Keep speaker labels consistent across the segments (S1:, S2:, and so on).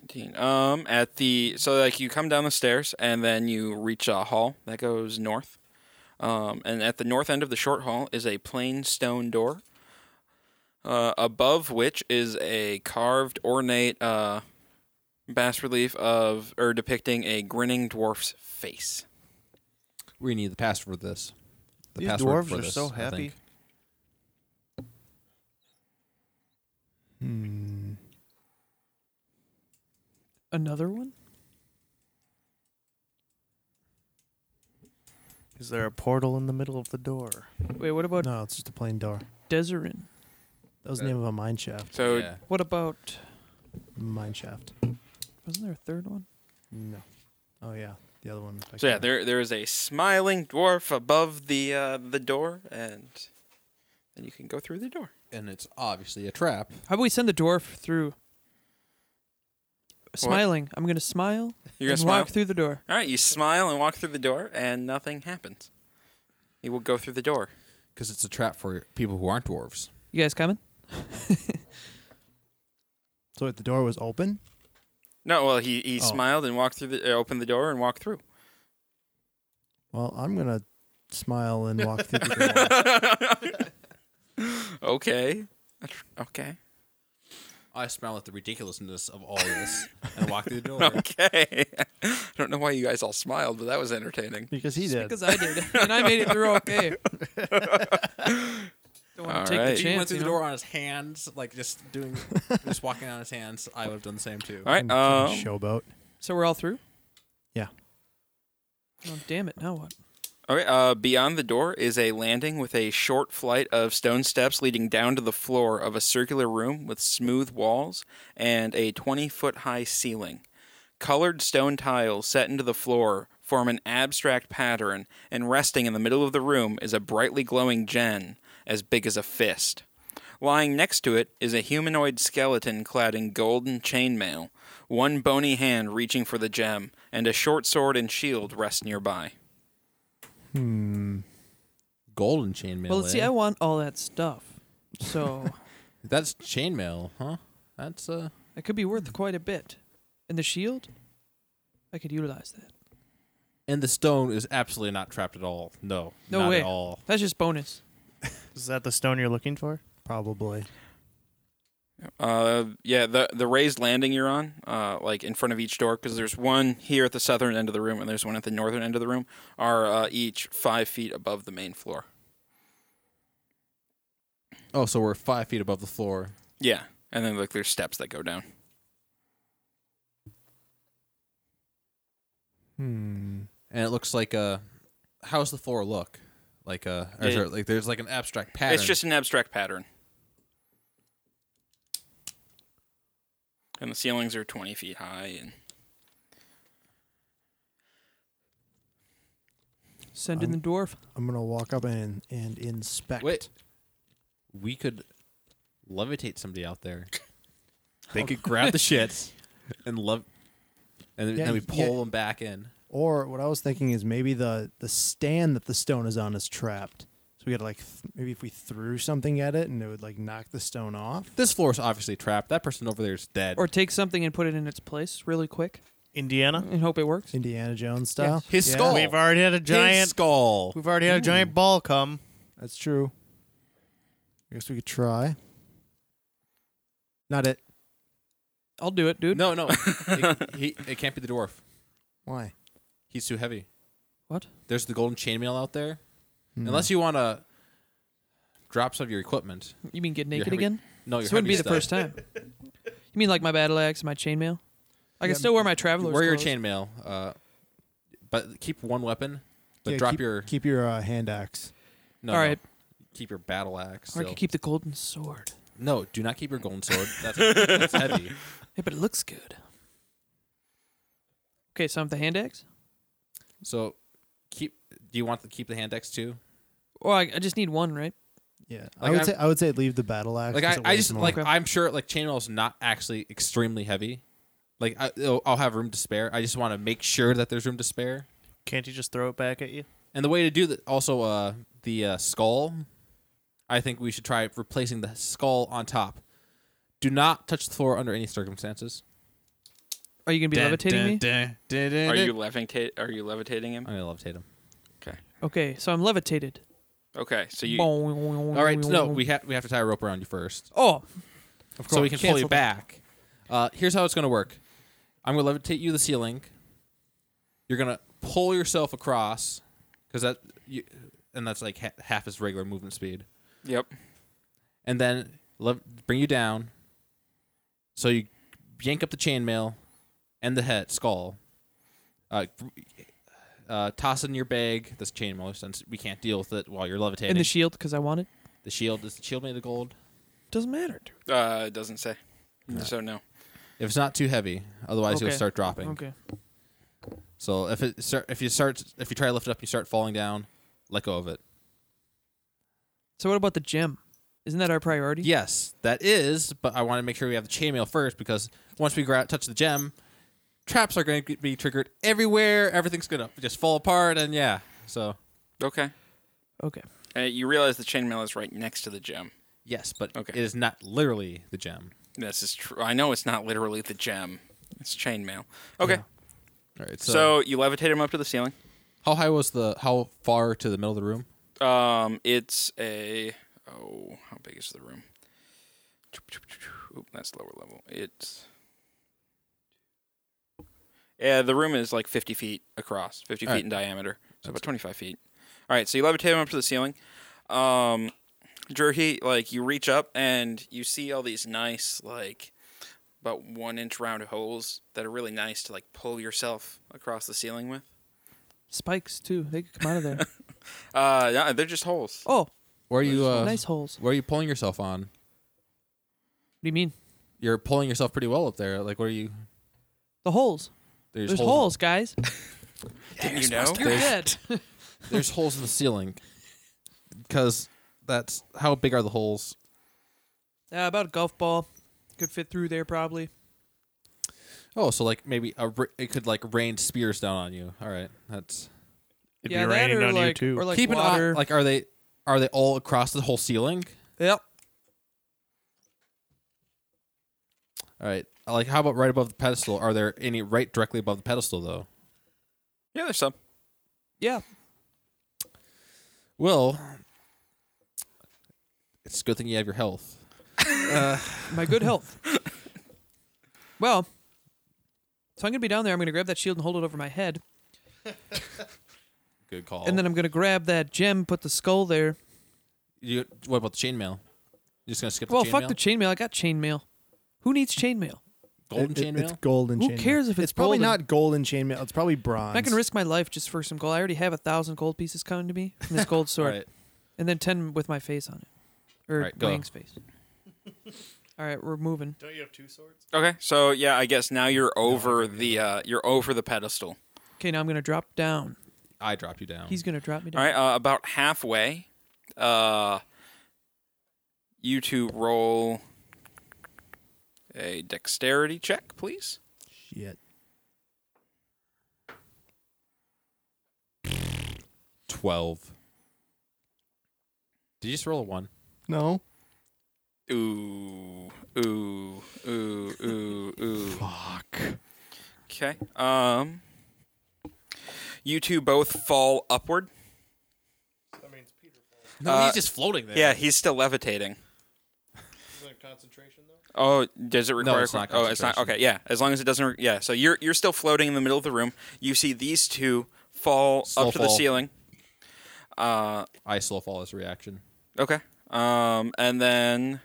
S1: 19. Um, at the so like you come down the stairs and then you reach a hall that goes north. Um, and at the north end of the short hall is a plain stone door. Uh, above which is a carved ornate uh, bas relief of or depicting a grinning dwarf's face.
S2: We need the password for this. The
S3: These
S2: password
S3: dwarves
S2: for
S3: are
S2: this,
S3: so
S2: I
S3: happy.
S2: think.
S3: Hmm.
S4: Another one?
S3: Is there a portal in the middle of the door?
S4: Wait, what about
S5: No, it's just a plain door.
S4: Deserin?
S5: That
S3: Uh,
S5: was the name of a mine shaft.
S1: So
S2: Yeah.
S4: What about
S5: Mine shaft.
S4: wasn't there a third one?
S5: No. Oh yeah, the other one.
S1: So yeah, there there is a smiling dwarf above the uh, the door, and then you can go through the door.
S2: And it's obviously a trap.
S4: How about we send the dwarf through? Smiling. I'm gonna smile
S1: You're gonna
S4: and
S1: smile.
S4: walk through the door.
S1: All right, you smile and walk through the door, and nothing happens. You will go through the door.
S2: Because it's a trap for people who aren't dwarves.
S4: You guys coming?
S5: So if the door was open,
S1: No, well, he he
S5: Oh.
S1: smiled and walked through the uh, opened the door and walked through.
S5: well, I'm gonna smile and walk through the door.
S1: Okay, okay,
S2: I smile at the ridiculousness of all this and walk through the door.
S1: okay. I don't know why you guys all smiled, but that was entertaining.
S5: because he did.
S4: Because I did, and I made it through okay. Don't want
S1: All
S4: to take
S1: right.
S4: the
S1: He
S2: He
S4: chance.
S2: went through
S4: you
S2: the
S4: know?
S2: door on his hands, like just doing, just walking on his hands. I would have done the same too.
S1: All right,
S5: I'm kinda
S1: um,
S5: showboat.
S4: So we're all through.
S5: Yeah.
S4: Oh damn it! Now what?
S1: Okay, uh, beyond the door is a landing with a short flight of stone steps leading down to the floor of a circular room with smooth walls and a 20 foot high ceiling. Colored stone tiles set into the floor form an abstract pattern, and resting in the middle of the room is a brightly glowing gen as big as a fist. Lying next to it is a humanoid skeleton clad in golden chainmail, one bony hand reaching for the gem, and a short sword and shield rest nearby.
S5: Hmm.
S2: Golden chainmail.
S4: Well, see,
S2: eh?
S4: I want all that stuff, so
S2: That's chainmail, huh? That's uh.
S4: it could be worth quite a bit. And the shield, I could utilize that.
S2: And the stone is absolutely not trapped at all. No,
S4: No
S2: not
S4: way.
S2: at all.
S4: That's just bonus.
S3: Is that the stone you're looking for?
S5: Probably.
S1: Uh, yeah, the the raised landing you're on, uh, like in front of each door, because there's one here at the southern end of the room and there's one at the northern end of the room, are uh, each five feet above the main floor.
S2: Oh, so we're five feet above the floor.
S1: Yeah, and then like there's steps that go down.
S5: Hmm.
S2: and it looks like uh how's the floor look like uh or is
S1: It-
S2: there, like there's like an abstract pattern
S1: It's just an abstract pattern, and the ceilings are twenty feet high. And
S4: Send in the dwarf.
S5: I'm gonna walk up and and inspect.
S2: wait we could levitate somebody out there they could grab the shit and love and then-
S5: Yeah,
S2: then we
S5: y-
S2: pull
S5: yeah.
S2: them back in
S5: Or what I was thinking is maybe the the stand that the stone is on is trapped. So we got to like th- maybe if we threw something at it and it would like knock the stone off.
S2: this floor is obviously trapped that person over there is dead
S4: Or take something and put it in its place really quick
S3: Indiana?
S4: and hope it works.
S5: Indiana Jones style.
S2: his
S5: Yeah, Mm.
S2: skull
S3: We've already had a
S2: His
S3: giant.
S2: skull
S3: We've already had a giant ball come.
S5: That's true. I guess we could try. Not it.
S4: I'll do it, dude.
S2: no no it, he, it can't be the dwarf
S5: Why?
S2: he's too heavy
S4: What?
S2: there's the golden chainmail out there
S5: Hmm.
S2: unless you want to drop some of your equipment
S4: You mean get
S2: Your
S4: naked
S2: heavy-
S4: again?
S2: no
S4: This
S2: your
S4: wouldn't
S2: heavy
S4: be the
S2: stuff.
S4: first time. You mean like my battle axe, and my chainmail? I
S5: Yeah,
S4: can still wear my traveler's
S2: wear your
S4: clothes.
S2: chainmail, uh, but keep one weapon. But
S5: Yeah,
S2: drop
S5: keep,
S2: your
S5: keep your uh, hand axe.
S2: no,
S4: All
S2: no.
S4: right.
S2: Keep your battle axe.
S4: Or I
S2: still.
S4: could keep the golden sword.
S2: no, do not keep your golden sword. That's, that's heavy.
S4: Hey, but it looks good. Okay, so I'm the hand axe?
S2: So keep. Do you want to keep the hand axe too?
S4: Or I, I just need one, right?
S5: Yeah,
S2: Like,
S5: I would
S2: I'm-
S5: say I would say leave the battle axe.
S2: Like
S5: 'cause
S2: I,
S5: it
S2: I
S5: weighs
S2: just
S5: more.
S2: like
S4: Okay.
S2: I'm sure like chainmail is not actually extremely heavy, Like I, I'll- I'll have room to spare. I just want to make sure that there's room to spare.
S3: Can't you just throw it back at you?
S2: And the way to do that, also uh, the uh, skull. I think we should try replacing the skull on top. Do not touch the floor under any circumstances.
S4: Are you gonna be levitating me?
S1: Are you levitate? Are you levitating him?
S2: I'm gonna levitate him.
S4: Okay, so I'm levitated.
S1: Okay, so you.
S2: All
S4: All
S2: right, no, we have we have to tie a rope around you first,
S4: Oh,
S2: so we can pull
S4: Cancel
S2: you
S4: that.
S2: back. Uh, here's how it's gonna work. I'm gonna levitate you to the ceiling. You're gonna pull yourself across, because that you, and that's like ha- half his regular movement speed.
S1: Yep.
S2: and then lev- bring you down. So you yank up the chainmail and the head skull. Uh, uh, toss it in your bag this chainmail since we can't deal with it while you're levitating.
S4: and the shield because I want it.
S2: the shield is the shield made of gold.
S4: Doesn't matter. dude.
S1: Uh, it doesn't say. So no.
S2: If it's not too heavy, otherwise you'll
S4: Okay.
S2: start dropping.
S4: Okay.
S2: So if it start, if you start if you try to lift it up, and you start falling down. Let go of it.
S4: So what about the gem? Isn't that our priority?
S2: Yes, that is. But I want to make sure we have the chainmail first because once we grab, touch the gem, traps are going to be triggered everywhere. Everything's going to just fall apart, and yeah. So
S1: Okay.
S4: Okay.
S1: Uh, you realize the chainmail is right next to the gem.
S2: yes, but
S1: Okay.
S2: it is not literally the gem.
S1: This is true. I know it's not literally the gem. It's chainmail. Okay.
S2: All right.
S1: So, you levitate him up to the ceiling.
S2: how high was the? How far to the middle of the room?
S1: Um, it's a oh, how big is the room? Oop, that's lower level. It's yeah, the room is like fifty feet across, fifty feet
S2: Alright.
S1: in diameter, so
S2: That's
S1: about twenty-five feet. All right, so you levitate him up to the ceiling. Um, Jerky, like you reach up and you see all these nice, like about one-inch round holes that are really nice to like pull yourself across the ceiling with.
S4: Spikes too. They could come out of there.
S1: Uh, yeah, they're just holes.
S4: oh,
S2: Where are you? Uh,
S4: nice holes. What
S2: Where are you pulling yourself on?
S4: do you mean?
S2: You're pulling yourself pretty well up there. Like, where are you?
S4: The holes. There's, holes. guys.
S1: Didn't you know?
S4: You're dead.
S2: There's holes in the ceiling. Because that's how big are the holes?
S4: Uh, about a golf ball. Could fit through there probably.
S2: Oh, so like maybe a ra- it could like rain spears down on you. All right, that's
S3: It'd
S4: yeah,
S3: be
S4: that
S3: raining
S4: or
S3: on
S4: like,
S3: you too.
S4: or like
S2: keep
S4: water.
S2: an eye. Like, are they are they all across the whole ceiling?
S4: yep.
S2: All right, like how about right above the pedestal? Are there any right directly above the pedestal though?
S1: Yeah, there's some.
S4: Yeah.
S2: Well, it's a good thing you have your health.
S4: My good health. well, so I'm gonna be down there. I'm gonna grab that shield and hold it over my head,
S2: Good call.
S4: and then I'm gonna grab that gem, put the skull there.
S2: you, what about the chainmail? You just gonna skip
S4: well,
S2: the chainmail?
S4: fuck the chainmail. I got chainmail. Who needs chainmail?
S2: golden
S5: It- it-
S2: chainmail.
S5: It's golden
S4: Who
S5: chainmail.
S4: cares if it's,
S5: It's probably
S4: golden?
S5: not golden chainmail. It's probably bronze.
S4: I can risk my life just for some gold. I already have a thousand gold pieces coming to me from this gold
S2: all
S4: sword,
S2: right,
S4: and then ten with my face on it, or
S2: All right, go.
S4: Wang's face. All right, we're moving.
S3: Don't you have two swords?
S1: Okay, so yeah, I guess now you're over the uh, you're over the pedestal.
S4: Okay, now I'm gonna drop down.
S2: I dropped you down.
S4: He's gonna drop me
S1: All
S4: down.
S1: right, uh, about halfway, uh, you two roll a dexterity check, please.
S5: Shit.
S2: twelve. Did you just roll a one?
S5: No.
S1: Ooh, ooh, ooh, ooh, ooh.
S5: Fuck.
S1: Okay. Um, you two both fall upward.
S3: That means Peter falls.
S2: No,
S1: Uh,
S2: he's just floating there.
S1: Yeah, he's still levitating.
S3: Is that concentration though?
S1: Oh, does it require?
S2: it's not
S1: oh, it's not.
S2: concentration.
S1: Okay, yeah. As long as it doesn't. Re- yeah. So you're you're still floating in the middle of the room. You see these two fall
S2: Slow
S1: up to the
S2: fall.
S1: ceiling. Uh,
S2: I slow fall as a reaction.
S1: okay. Um, and then,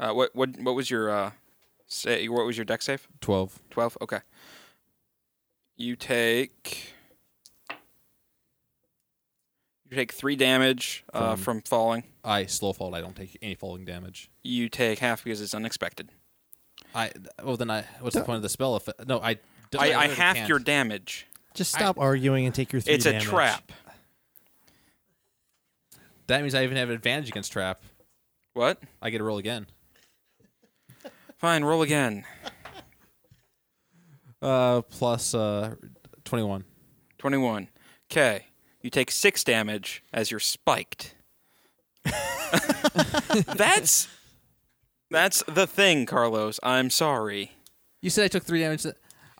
S1: uh, what what what was your uh, say? What was your deck save?
S2: Twelve.
S1: Twelve. Okay. You take. You take three damage uh,
S2: From-
S1: from falling.
S2: I slow fall. I don't take any falling damage.
S1: You take half because it's unexpected.
S2: I well then I what's the point of the spell if no I
S1: I, I
S2: really
S1: half
S2: can't.
S1: your damage.
S5: Just
S2: I-
S5: stop arguing and take your three
S1: It's a
S5: damage.
S1: trap.
S2: that means I even have an advantage against trap.
S1: What?
S2: I get a roll again.
S1: Fine, roll again.
S2: Uh, plus uh, twenty-one.
S1: 21. Okay. You take six damage as you're spiked. that's that's the thing, Carlos. I'm sorry,
S2: You said I took three damage.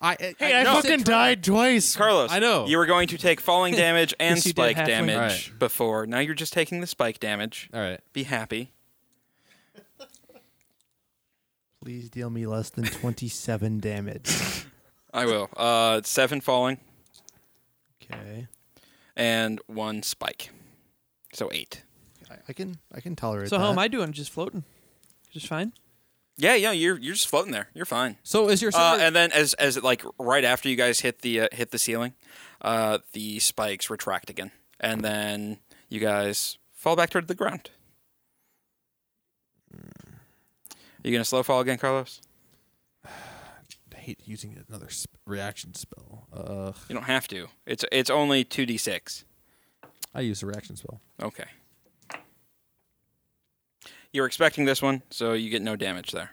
S2: I, I
S5: Hey, I
S2: you said
S5: fucking
S2: tw-
S5: died twice.
S1: Carlos.
S2: I know.
S1: you were going to take falling damage and
S4: Yes, you did,
S1: spike
S4: halfling.
S1: damage
S2: Alright.
S1: before. Now you're just taking the spike damage.
S2: All right.
S1: Be happy.
S5: Please deal me less than 27 damage.
S1: I will. Uh, seven falling
S5: Okay.
S1: and one spike, so eight.
S5: I, I can I can tolerate
S4: So
S5: that.
S4: how am I doing? Just floating, just fine.
S1: Yeah, yeah. You're you're just floating there. You're fine.
S2: So is your
S1: Uh,
S2: silver-
S1: and then as as like right after you guys hit the uh, hit the ceiling, uh, the spikes retract again, and then you guys fall back toward the ground. Are you gonna slow fall again, Carlos?
S2: I hate using another sp- reaction spell. Uh,
S1: You don't have to. It's it's only two d six.
S2: I used a reaction spell.
S1: Okay. You're expecting this one, so you get no damage there.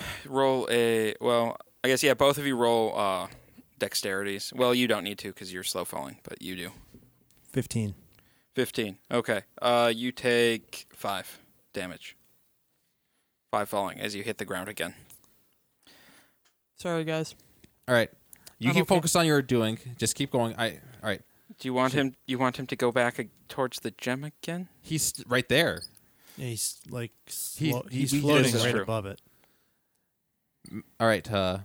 S1: Roll a well. I guess yeah. Both of you roll uh, dexterities. Well, you don't need to because you're slow falling, but you do.
S5: 15.
S1: 15. Okay. Uh, you take five damage. Five falling as you hit the ground again.
S4: Sorry, guys.
S2: All right. You
S4: I'm
S2: keep
S4: okay.
S2: focused on your doing. Just keep going. I. All right.
S1: Do you want him? You want him to go back ag- towards the gem again?
S2: He's right there.
S5: Yeah, he's like
S2: He-
S5: slo-
S2: he-
S5: he's
S2: we did
S5: floating
S1: this
S5: right
S1: true.
S5: above it.
S2: All right. Uh,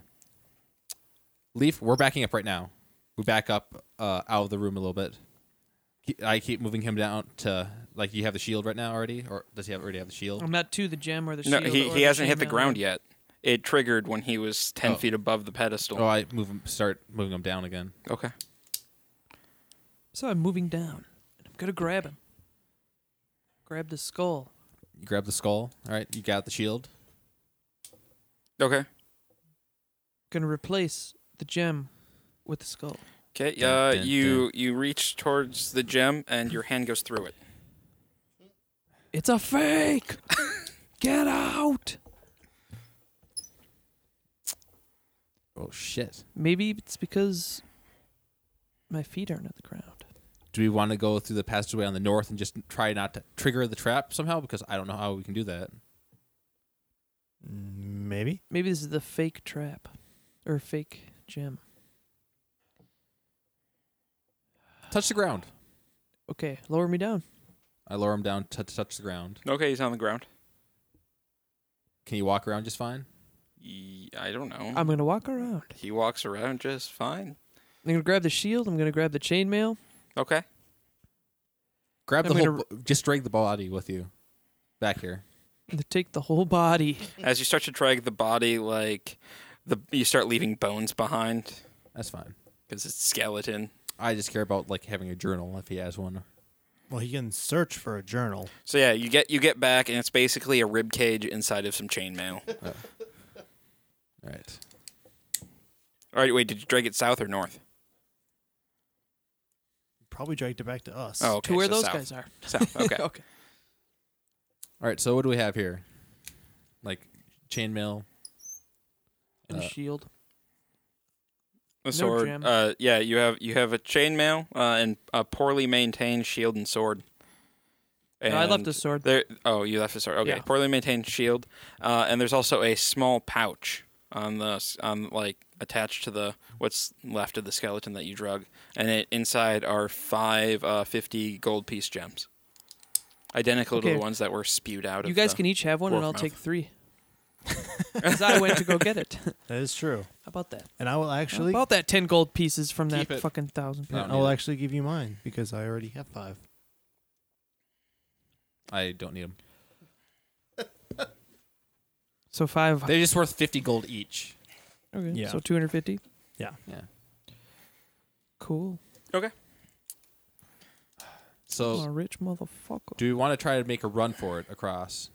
S2: Leaf, we're backing up right now. We back up uh, out of the room a little bit. He- I keep moving him down to like you have the shield right now already, or does he have, already have the shield?
S4: I'm not to the gem or the
S1: No,
S4: shield.
S1: he,
S4: or
S1: he hasn't hit the
S4: chainmail.
S1: ground yet. It triggered when he was 10
S2: Oh.
S1: feet above the pedestal.
S2: Oh, I move him. Start moving him down again.
S1: Okay.
S4: So I'm moving down. I'm gonna grab him. Grab the skull.
S2: You grab the skull. All right. You got the shield.
S1: Okay.
S4: Gonna replace the gem with the skull.
S1: Okay.
S2: Dun,
S1: Uh,
S2: dun,
S1: you you reach towards the gem and your hand goes through it.
S4: It's a fake. Get out.
S2: Oh shit.
S4: Maybe it's because my feet aren't on the ground.
S2: Do we want to go through the passageway on the north and just try not to trigger the trap somehow? Because I don't know how we can do that.
S5: Mm, Maybe.
S4: Maybe this is the fake trap or fake gem.
S2: Touch the ground.
S4: Okay, lower me down.
S2: I lower him down to to touch the ground.
S1: Okay, he's on the ground.
S2: Can you walk around just fine?
S1: Ye- I don't know.
S4: I'm gonna walk around.
S1: he walks around just fine.
S4: I'm gonna grab the shield. I'm gonna grab the chainmail.
S1: Okay.
S2: Grab
S4: I'm
S2: the whole.
S4: gonna-
S2: bo- Just drag the body with you back here.
S4: I'm gonna Take the whole body.
S1: As you start to drag the body, like the you start leaving bones behind.
S2: That's fine.
S1: because it's skeleton.
S2: I just care about like having a journal if he has one.
S5: Well, he can search for a journal.
S1: So yeah, you get you get back, and it's basically a rib cage inside of some chainmail. All
S2: All right.
S1: right, wait, did you drag it south or north?
S5: Probably dragged it back to us.
S1: Oh, okay,
S4: to where
S1: so
S4: those
S1: south.
S4: guys are.
S1: South. Okay.
S4: okay.
S2: All right. So what do we have here? Like chainmail.
S4: And
S2: Uh,
S4: a shield.
S1: The sword.
S4: gem.
S1: uh, yeah, you have you have a chainmail uh, and a poorly maintained shield and sword.
S4: No, I left
S1: And
S4: the sword.
S1: There. Oh, you left the sword. Okay.
S4: Yeah.
S1: Poorly maintained shield, uh, and there's also a small pouch on the s- on like attached to the what's left of the skeleton that you drug, and it, inside are five uh, fifty gold piece gems, identical to
S4: Okay.
S1: the ones that were spewed out.
S4: You
S1: of
S4: guys
S1: the,
S4: can each have one, and I'll
S1: dwarf mouth.
S4: take three. Because I went to go get it. How
S5: That is true.
S4: about that?
S5: And I will
S4: How
S5: actually
S4: about that ten gold pieces from that
S2: Keep it.
S4: fucking thousand?
S2: No.
S5: yeah, I will actually give you mine because I already have 5.
S2: I don't need them.
S4: So five.
S2: They're just worth fifty gold each.
S4: okay.
S5: yeah.
S4: So two hundred fifty.
S2: Yeah.
S4: Cool. I'm
S2: So
S4: a rich motherfucker.
S2: do we want to try to make a run for it across?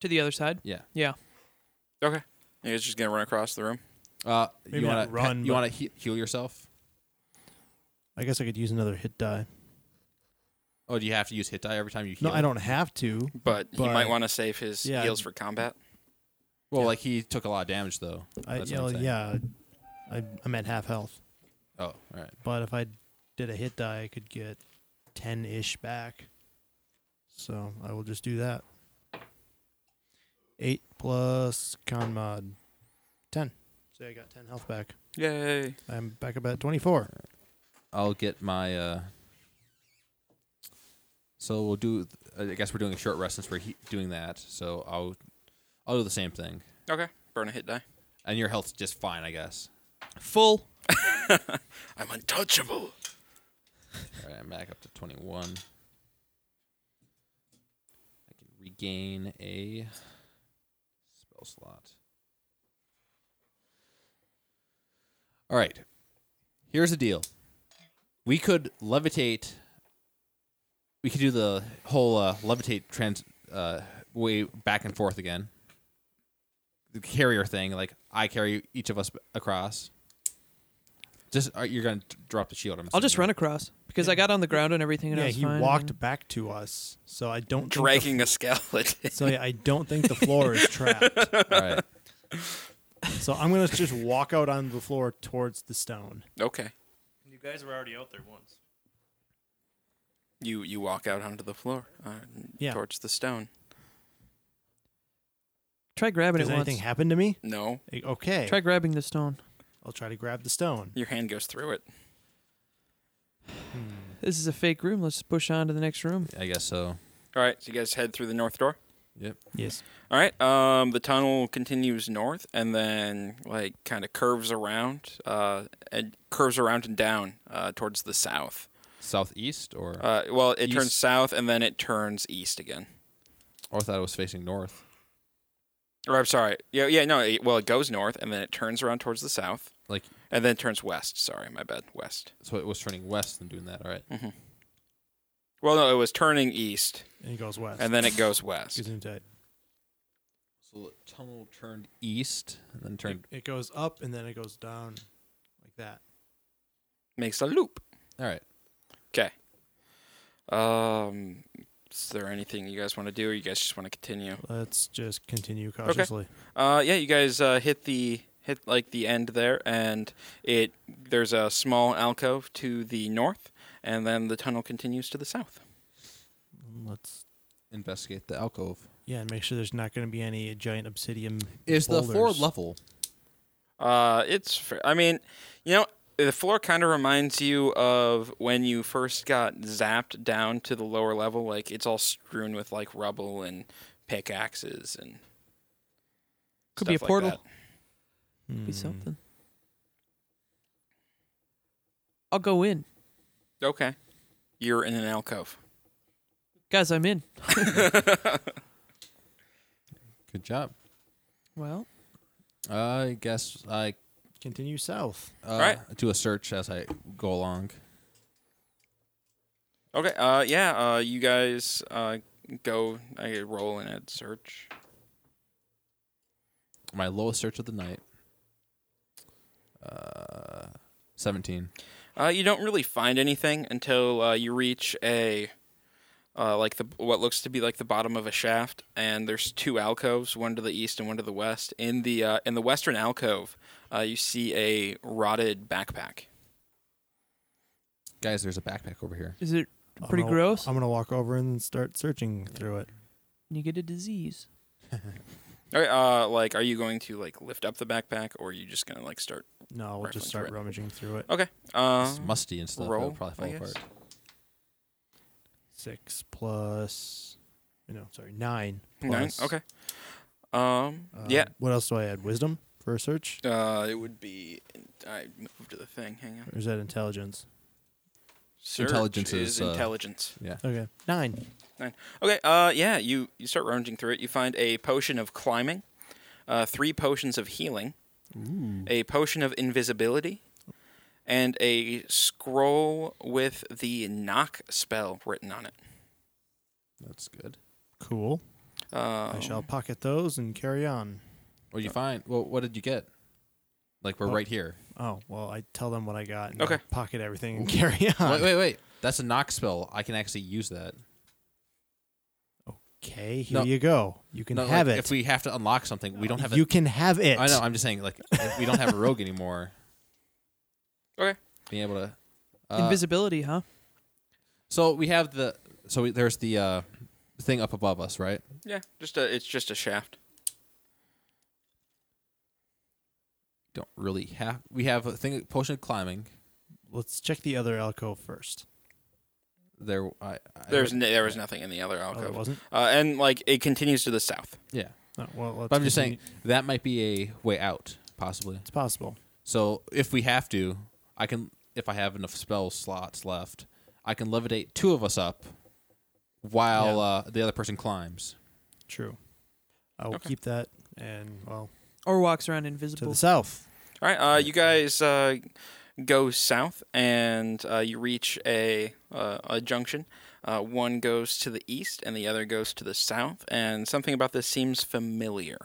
S4: To the other side.
S2: Yeah.
S4: Yeah.
S1: Okay. You guys just gonna run across the room.
S2: Uh,
S5: Maybe
S2: you
S5: not
S2: want to
S5: run,
S2: You
S5: but-
S2: want to he- heal yourself?
S5: I guess I could use another hit die.
S2: Oh, do you have to use hit die every time you heal?
S5: No, I don't have to.
S1: But, he
S5: But-
S1: might want to save his
S5: Yeah.
S1: heals for combat.
S2: Well,
S5: Yeah.
S2: like he took a lot of damage though.
S5: I,
S2: That's
S5: you
S2: what I'm
S5: know,
S2: saying.
S5: yeah, I, I'm at half health,
S2: Oh, all right.
S5: but if I did a hit die, I could get ten ish back. So I will just do that. Eight plus con mod, ten. So I got ten health back.
S1: Yay.
S5: I'm back up at twenty four.
S2: I'll get my. uh So we'll do. I guess we're doing a short rest since we're he- doing that. So I'll, I'll do the same thing.
S1: Okay. Burn a hit die.
S2: And your health's just fine, I guess.
S4: Full.
S1: I'm untouchable.
S2: All right, I'm back up to 21. I can regain a spell slot. All right. Here's the deal. We could levitate. We could do the whole uh, levitate trans uh, way back and forth again. The carrier thing, like I carry each of us across. Just uh, you're gonna d- drop the shield. I'm
S4: I'll just
S2: assuming.
S4: run across because I got on the ground and everything. And I
S5: yeah,
S4: was
S5: he
S4: fine.
S5: walked back to us, so I don't think the-
S1: Dragging a skeleton.
S5: so yeah, I don't think the floor is trapped.
S2: All right.
S5: So I'm gonna just walk out on the floor towards the stone.
S1: Okay.
S3: You guys were already out there once.
S1: You you walk out onto the floor uh,
S5: Yeah.
S1: towards the stone.
S4: Try grabbing
S5: Does
S4: it once.
S5: anything happen to me?
S1: No,
S5: Eh, Okay,
S4: Try grabbing the stone.
S5: I'll try to grab the stone.
S1: your hand goes through it.
S5: Hmm.
S4: This is a fake room. Let's push on to the next room.
S2: I guess so.
S1: All right, so you guys head through the north door.
S5: Yes.
S1: All right, um, the tunnel continues north and then like kind of curves around uh, and curves around and down uh, towards the south.
S2: Southeast or
S1: Uh, well, it turns
S2: East.
S1: south and then it turns east again.
S2: or I thought it was facing north.
S1: Or I'm sorry. Yeah, yeah, no. It, well, it goes north and then it turns around towards the south.
S2: Like-
S1: and then it turns west. Sorry, my bad. West.
S2: So it was turning west and doing that. All right.
S1: hmm Well, no, it was turning east
S5: And he goes west.
S1: and then it goes west.
S5: Gesundheit.
S2: So the tunnel turned east and then
S5: It,
S2: turned.
S5: it goes up and then it goes down, like that.
S1: Makes a loop.
S2: All right.
S1: Um, is there anything you guys want to do, or you guys just want to continue?
S5: Let's just continue cautiously.
S1: Uh, yeah, you guys uh, hit the hit like the end there, and it there's a small alcove to the north, and then the tunnel continues to the south.
S5: Let's
S2: Investigate the alcove.
S5: yeah, and make sure there's not going to be any giant obsidian.
S2: Is the floor
S5: boulders.
S2: level?
S1: Uh, it's fr- I mean, you know. The floor kind of reminds you of when you first got zapped down to the lower level. Like it's all strewn with like rubble and pickaxes and
S4: Could be
S1: stuff
S4: a
S1: like
S4: portal.
S1: that.
S4: Could be
S5: Hmm.
S4: something. I'll go in,
S1: Okay, you're in an alcove.
S4: guys. I'm in.
S2: Good job.
S4: Well,
S2: I guess I
S5: Continue south.
S2: uh,
S1: right.
S2: do a search as I go along.
S1: Okay. Uh, yeah. Uh, you guys uh, go. I roll and add search.
S2: My lowest search of the night. Uh, seventeen.
S1: Uh, you don't really find anything until uh, you reach a uh, like the what looks to be like the bottom of a shaft, and there's two alcoves, one to the east and one to the west. In the uh, in the western alcove, uh, you see a rotted backpack.
S2: Guys, there's a backpack over here.
S4: is it?
S5: I'm
S4: Pretty
S5: gonna-
S4: gross.
S5: I'm gonna walk over and start searching through it.
S4: You get a disease.
S1: Okay. Uh, like, are you going to like lift up the backpack, or are you just gonna like start?
S5: No, we'll
S1: Rifling
S5: just start
S1: through it.
S5: rummaging through it.
S1: Okay. Uh,
S2: It's musty and stuff.
S1: roll,
S2: It'll probably
S1: I
S2: fall
S1: guess.
S2: apart.
S5: Six plus, no, sorry, nine.
S1: nine.
S5: plus,
S1: Okay. Um.
S5: uh,
S1: yeah.
S5: What else do I add? Wisdom for a search,
S1: Uh, it would be. I moved to the thing. Hang on.
S5: or is that intelligence?
S1: Search
S2: Intelligence is, uh,
S1: intelligence.
S5: Okay, nine.
S1: Okay. Uh, yeah. You you start rummaging through it. You find a potion of climbing, uh, three potions of healing, a potion of invisibility, and a scroll with the knock spell written on it.
S2: That's good.
S5: Cool.
S1: Uh,
S5: I shall pocket those and carry on.
S2: What did you find? Well, what did you get? Like we're
S5: Oh.
S2: right here.
S5: Oh well, I tell them what I got. And
S1: Okay.
S5: I pocket everything and carry on.
S2: Wait, wait, wait. That's a knock spell. I can actually use that.
S5: okay, here
S2: No.
S5: you go. You can
S2: No,
S5: have
S2: like,
S5: it.
S2: If we have to unlock something, we don't have.
S5: you
S2: a,
S5: can have it.
S2: I know. I'm just saying, like, if we don't have a rogue anymore.
S1: Okay.
S2: Being able to. Uh,
S4: Invisibility, huh?
S2: so we have the. So we, there's the uh, thing up above us, right?
S1: Yeah, just a it's just a shaft.
S2: Don't really have. We have a thing potion of climbing.
S5: Let's check the other alcove first.
S2: There, I, I
S1: There's n- there was nothing in the other
S5: Oh, there
S1: alcove,
S5: wasn't.
S1: uh, and like it continues to the south.
S2: yeah.
S5: Oh, well, let's
S2: But I'm just saying
S5: continue.
S2: that might be a way out, possibly.
S5: it's possible.
S2: So if we have to, I can if I have enough spell slots left, I can levitate two of us up while
S5: Yeah.
S2: uh, the other person climbs.
S5: True. I will
S1: Okay.
S5: keep that and well
S4: Or walks around
S5: to
S4: invisible.
S5: the south.
S1: All right, uh, you guys uh, go south, and uh, you reach a uh, a junction. Uh, one goes to the east, and the other goes to the south. And something about this seems familiar.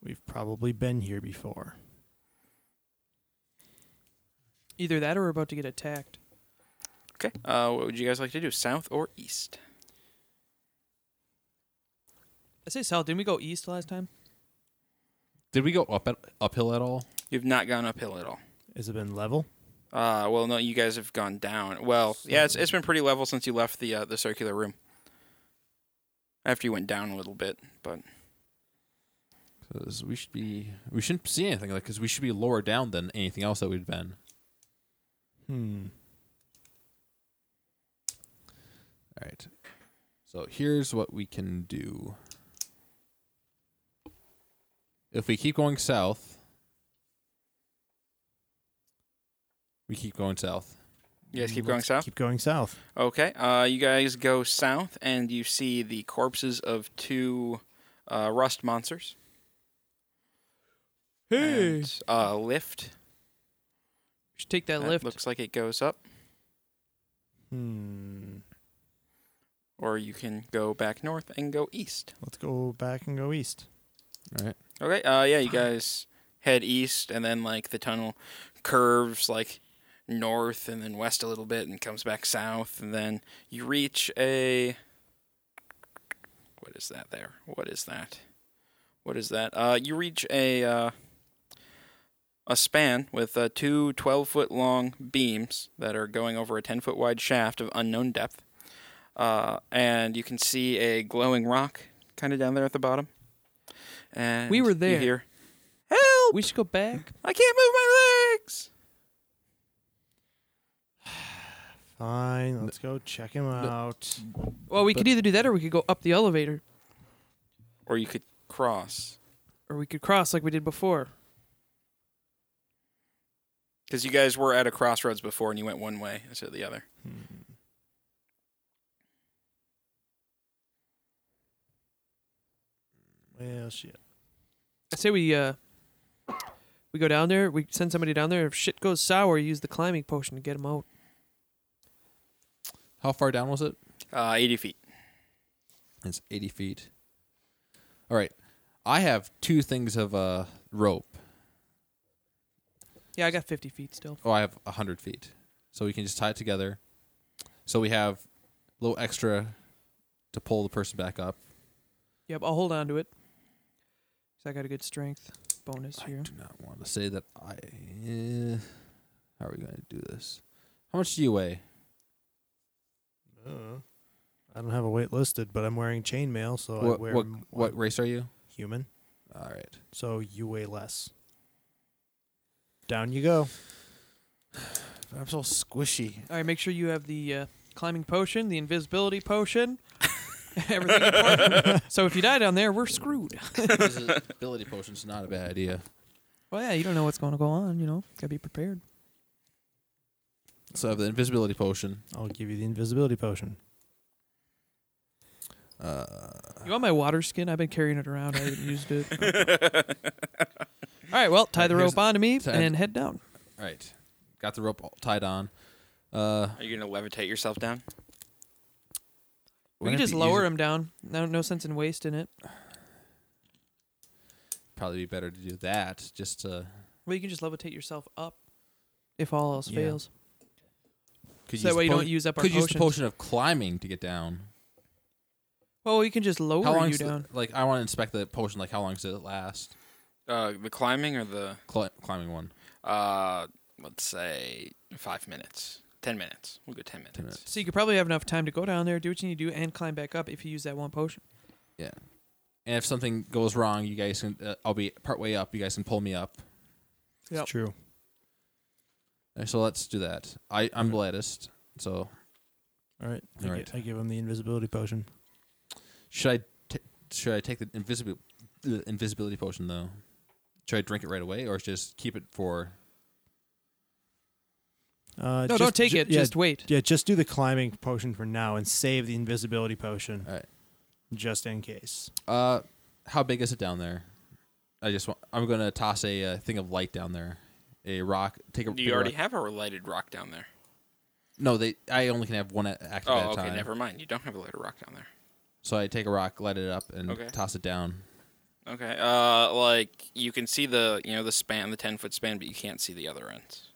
S5: We've probably been here before.
S4: Either that or we're about to get attacked.
S1: Okay, uh, what would you guys like to do, south or east?
S4: I say south. Didn't we go east last time?
S2: Did we go up at, uphill at all?
S1: You've not gone uphill at all.
S5: Has it been level?
S1: Uh, well, no, you guys have gone down. Well, yeah, it's, it's been pretty level since you left the uh, the circular room. After you went down a little bit, but
S2: 'Cause we should be we shouldn't see anything like because we should be lower down than anything else that we've been.
S5: Hmm.
S2: All right. So here's what we can do. If we keep going south, we keep going south.
S1: you guys keep
S5: Hmm, Mm, Let's
S1: going south.
S5: Keep going south.
S1: Okay. Uh, you guys go south, and you see the corpses of two uh, rust monsters.
S4: Um, We
S1: And, uh, lift.
S4: should take that,
S1: That
S4: lift.
S1: looks like it goes up,
S5: Hmm.
S1: or you can go back north and go east.
S5: Let's go back and go east.
S2: All right.
S1: Okay. Uh, yeah, you guys head east, and then like the tunnel curves like north and then west a little bit, and comes back south, and then you reach a. What is that there? What is that? What is that? Uh, you reach a uh, a span with uh, two 12 foot long beams that are going over a 10 foot wide shaft of unknown depth. Uh, and you can see a glowing rock kind of down there at the bottom. And
S4: We were
S1: you
S4: there.
S1: hear, Help!
S4: We should go back.
S1: I can't move my legs!
S5: Fine. Let's go check him out.
S4: Well, we could
S2: But-
S4: either do that or we could go up the elevator.
S1: Or you could cross.
S4: Or we could cross like we did before.
S1: Because you guys were at a crossroads before and you went one way instead of the other.
S5: Hmm. Well, shit.
S4: I say we uh we go down there, we send somebody down there. If shit goes sour, use the climbing potion to get him out.
S2: How far down was it?
S1: Uh, 80 feet.
S2: It's 80 feet. All right. I have two things of uh, rope.
S4: Yeah, I got 50 feet still.
S2: Oh, I have 100 feet. So we can just tie it together. So we have a little extra to pull the person back up.
S4: Yep, I'll hold on to it. 'Cause I got a good strength bonus
S2: I
S4: here.
S2: do not want to say that I. eh, how are we going to do this? How much do you weigh?
S5: Uh, I don't have a weight listed, but I'm wearing chainmail, so I
S2: what,
S5: wear
S2: what,
S5: m-
S2: what race are you?
S5: human.
S2: All right.
S5: So you weigh less. Down you go.
S2: I'm so squishy.
S4: All right, make sure you have the uh, climbing potion, the invisibility potion, everything important. so if you die down there, we're screwed.
S2: Invisibility potion's not a bad idea.
S4: Well, yeah, you don't know what's going to go on, you know. Got to be prepared.
S2: So I have the invisibility potion.
S5: I'll give you the invisibility potion.
S2: Uh,
S4: You want my water skin? I've been carrying it around. I haven't used it. All right, well, tie the
S2: Here's-
S4: rope onto me
S2: tie-
S4: and head down.
S2: all right. Got the rope all tied on. Uh,
S1: Are you going to levitate yourself down?
S4: We
S2: wouldn't
S4: can
S2: it
S4: just
S2: be
S4: lower
S2: easy-
S4: him down. No, no sense in wasting it.
S2: Probably be better to do that. Just to.
S4: Well, you can just levitate yourself up if all else
S5: Yeah.
S4: fails.
S2: Could
S4: So that
S2: use
S4: way
S2: the
S4: you
S2: po-
S4: don't use up our
S2: Could use the
S4: potions.
S2: potion of climbing to get down.
S4: Well, you can just lower
S2: how long
S4: you down.
S2: like I want to inspect the potion. Like how long does it last?
S1: Uh, the climbing or the
S2: Cli- climbing one,
S1: uh, let's say five minutes, ten minutes. We'll go ten minutes.
S2: ten minutes.
S4: So you could probably have enough time to go down there, do what you need to do, and climb back up if you use that one potion.
S2: And if something goes wrong, you guys can. Uh, I'll be part way up. You guys can pull me up.
S4: Yep.
S5: It's true.
S2: Uh, So let's do that. I I'm
S4: Mm.
S2: the latest. So
S5: All right. I,
S2: All
S5: gi-
S2: right.
S5: I give him the invisibility potion.
S2: should I t- should I take the invisibility the invisibility potion though? Should I drink it right away or just keep it for?
S5: Uh,
S4: No,
S5: just-
S4: don't take
S5: ju-
S4: it.
S5: Yeah,
S4: Just wait.
S5: yeah, just do the climbing potion for now and save the invisibility potion.
S2: All right.
S5: Just in case.
S2: Uh, how big is it down there? I just want. I'm gonna toss a, uh thing of light down there. A rock. Take a.
S1: Do
S2: big
S1: you already
S2: rock.
S1: have a lighted rock down there?
S2: No, they. I only can have one a- active at
S1: Oh,
S2: a
S1: okay.
S2: time.
S1: Never mind. You don't have a lighted rock down there.
S2: So I take a rock, light it up, and
S1: Okay.
S2: toss it down.
S1: Okay. Uh, like you can see the you know the span, the ten foot span, but you can't see the other ends.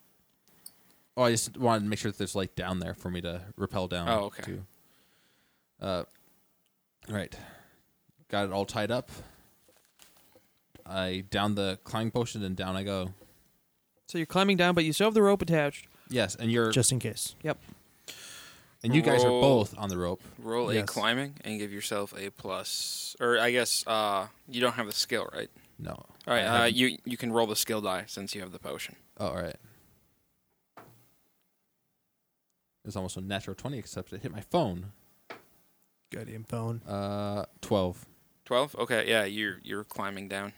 S2: Oh, I just wanted to make sure that there's light down there for me to rappel down.
S1: Oh, okay.
S2: To. Uh, all right. Got it all tied up. I down the climb potion and down I go.
S4: So you're climbing down, but you still have the rope attached.
S2: Yes, and you're
S5: Just in case.
S2: and you guys are
S1: Roll.
S2: both on the rope.
S1: Roll a
S5: Yes.
S1: climbing and give yourself a plus, or I guess uh, you don't have the skill, right?
S2: No.
S1: All right.
S2: I
S1: Uh,
S2: haven't-
S1: you you can roll the skill die since you have the potion.
S2: oh, all right. It's almost a natural twenty, except it hit my phone.
S5: Goddamn phone.
S2: Uh, twelve.
S1: Twelve. Okay. Yeah. You're you're climbing down.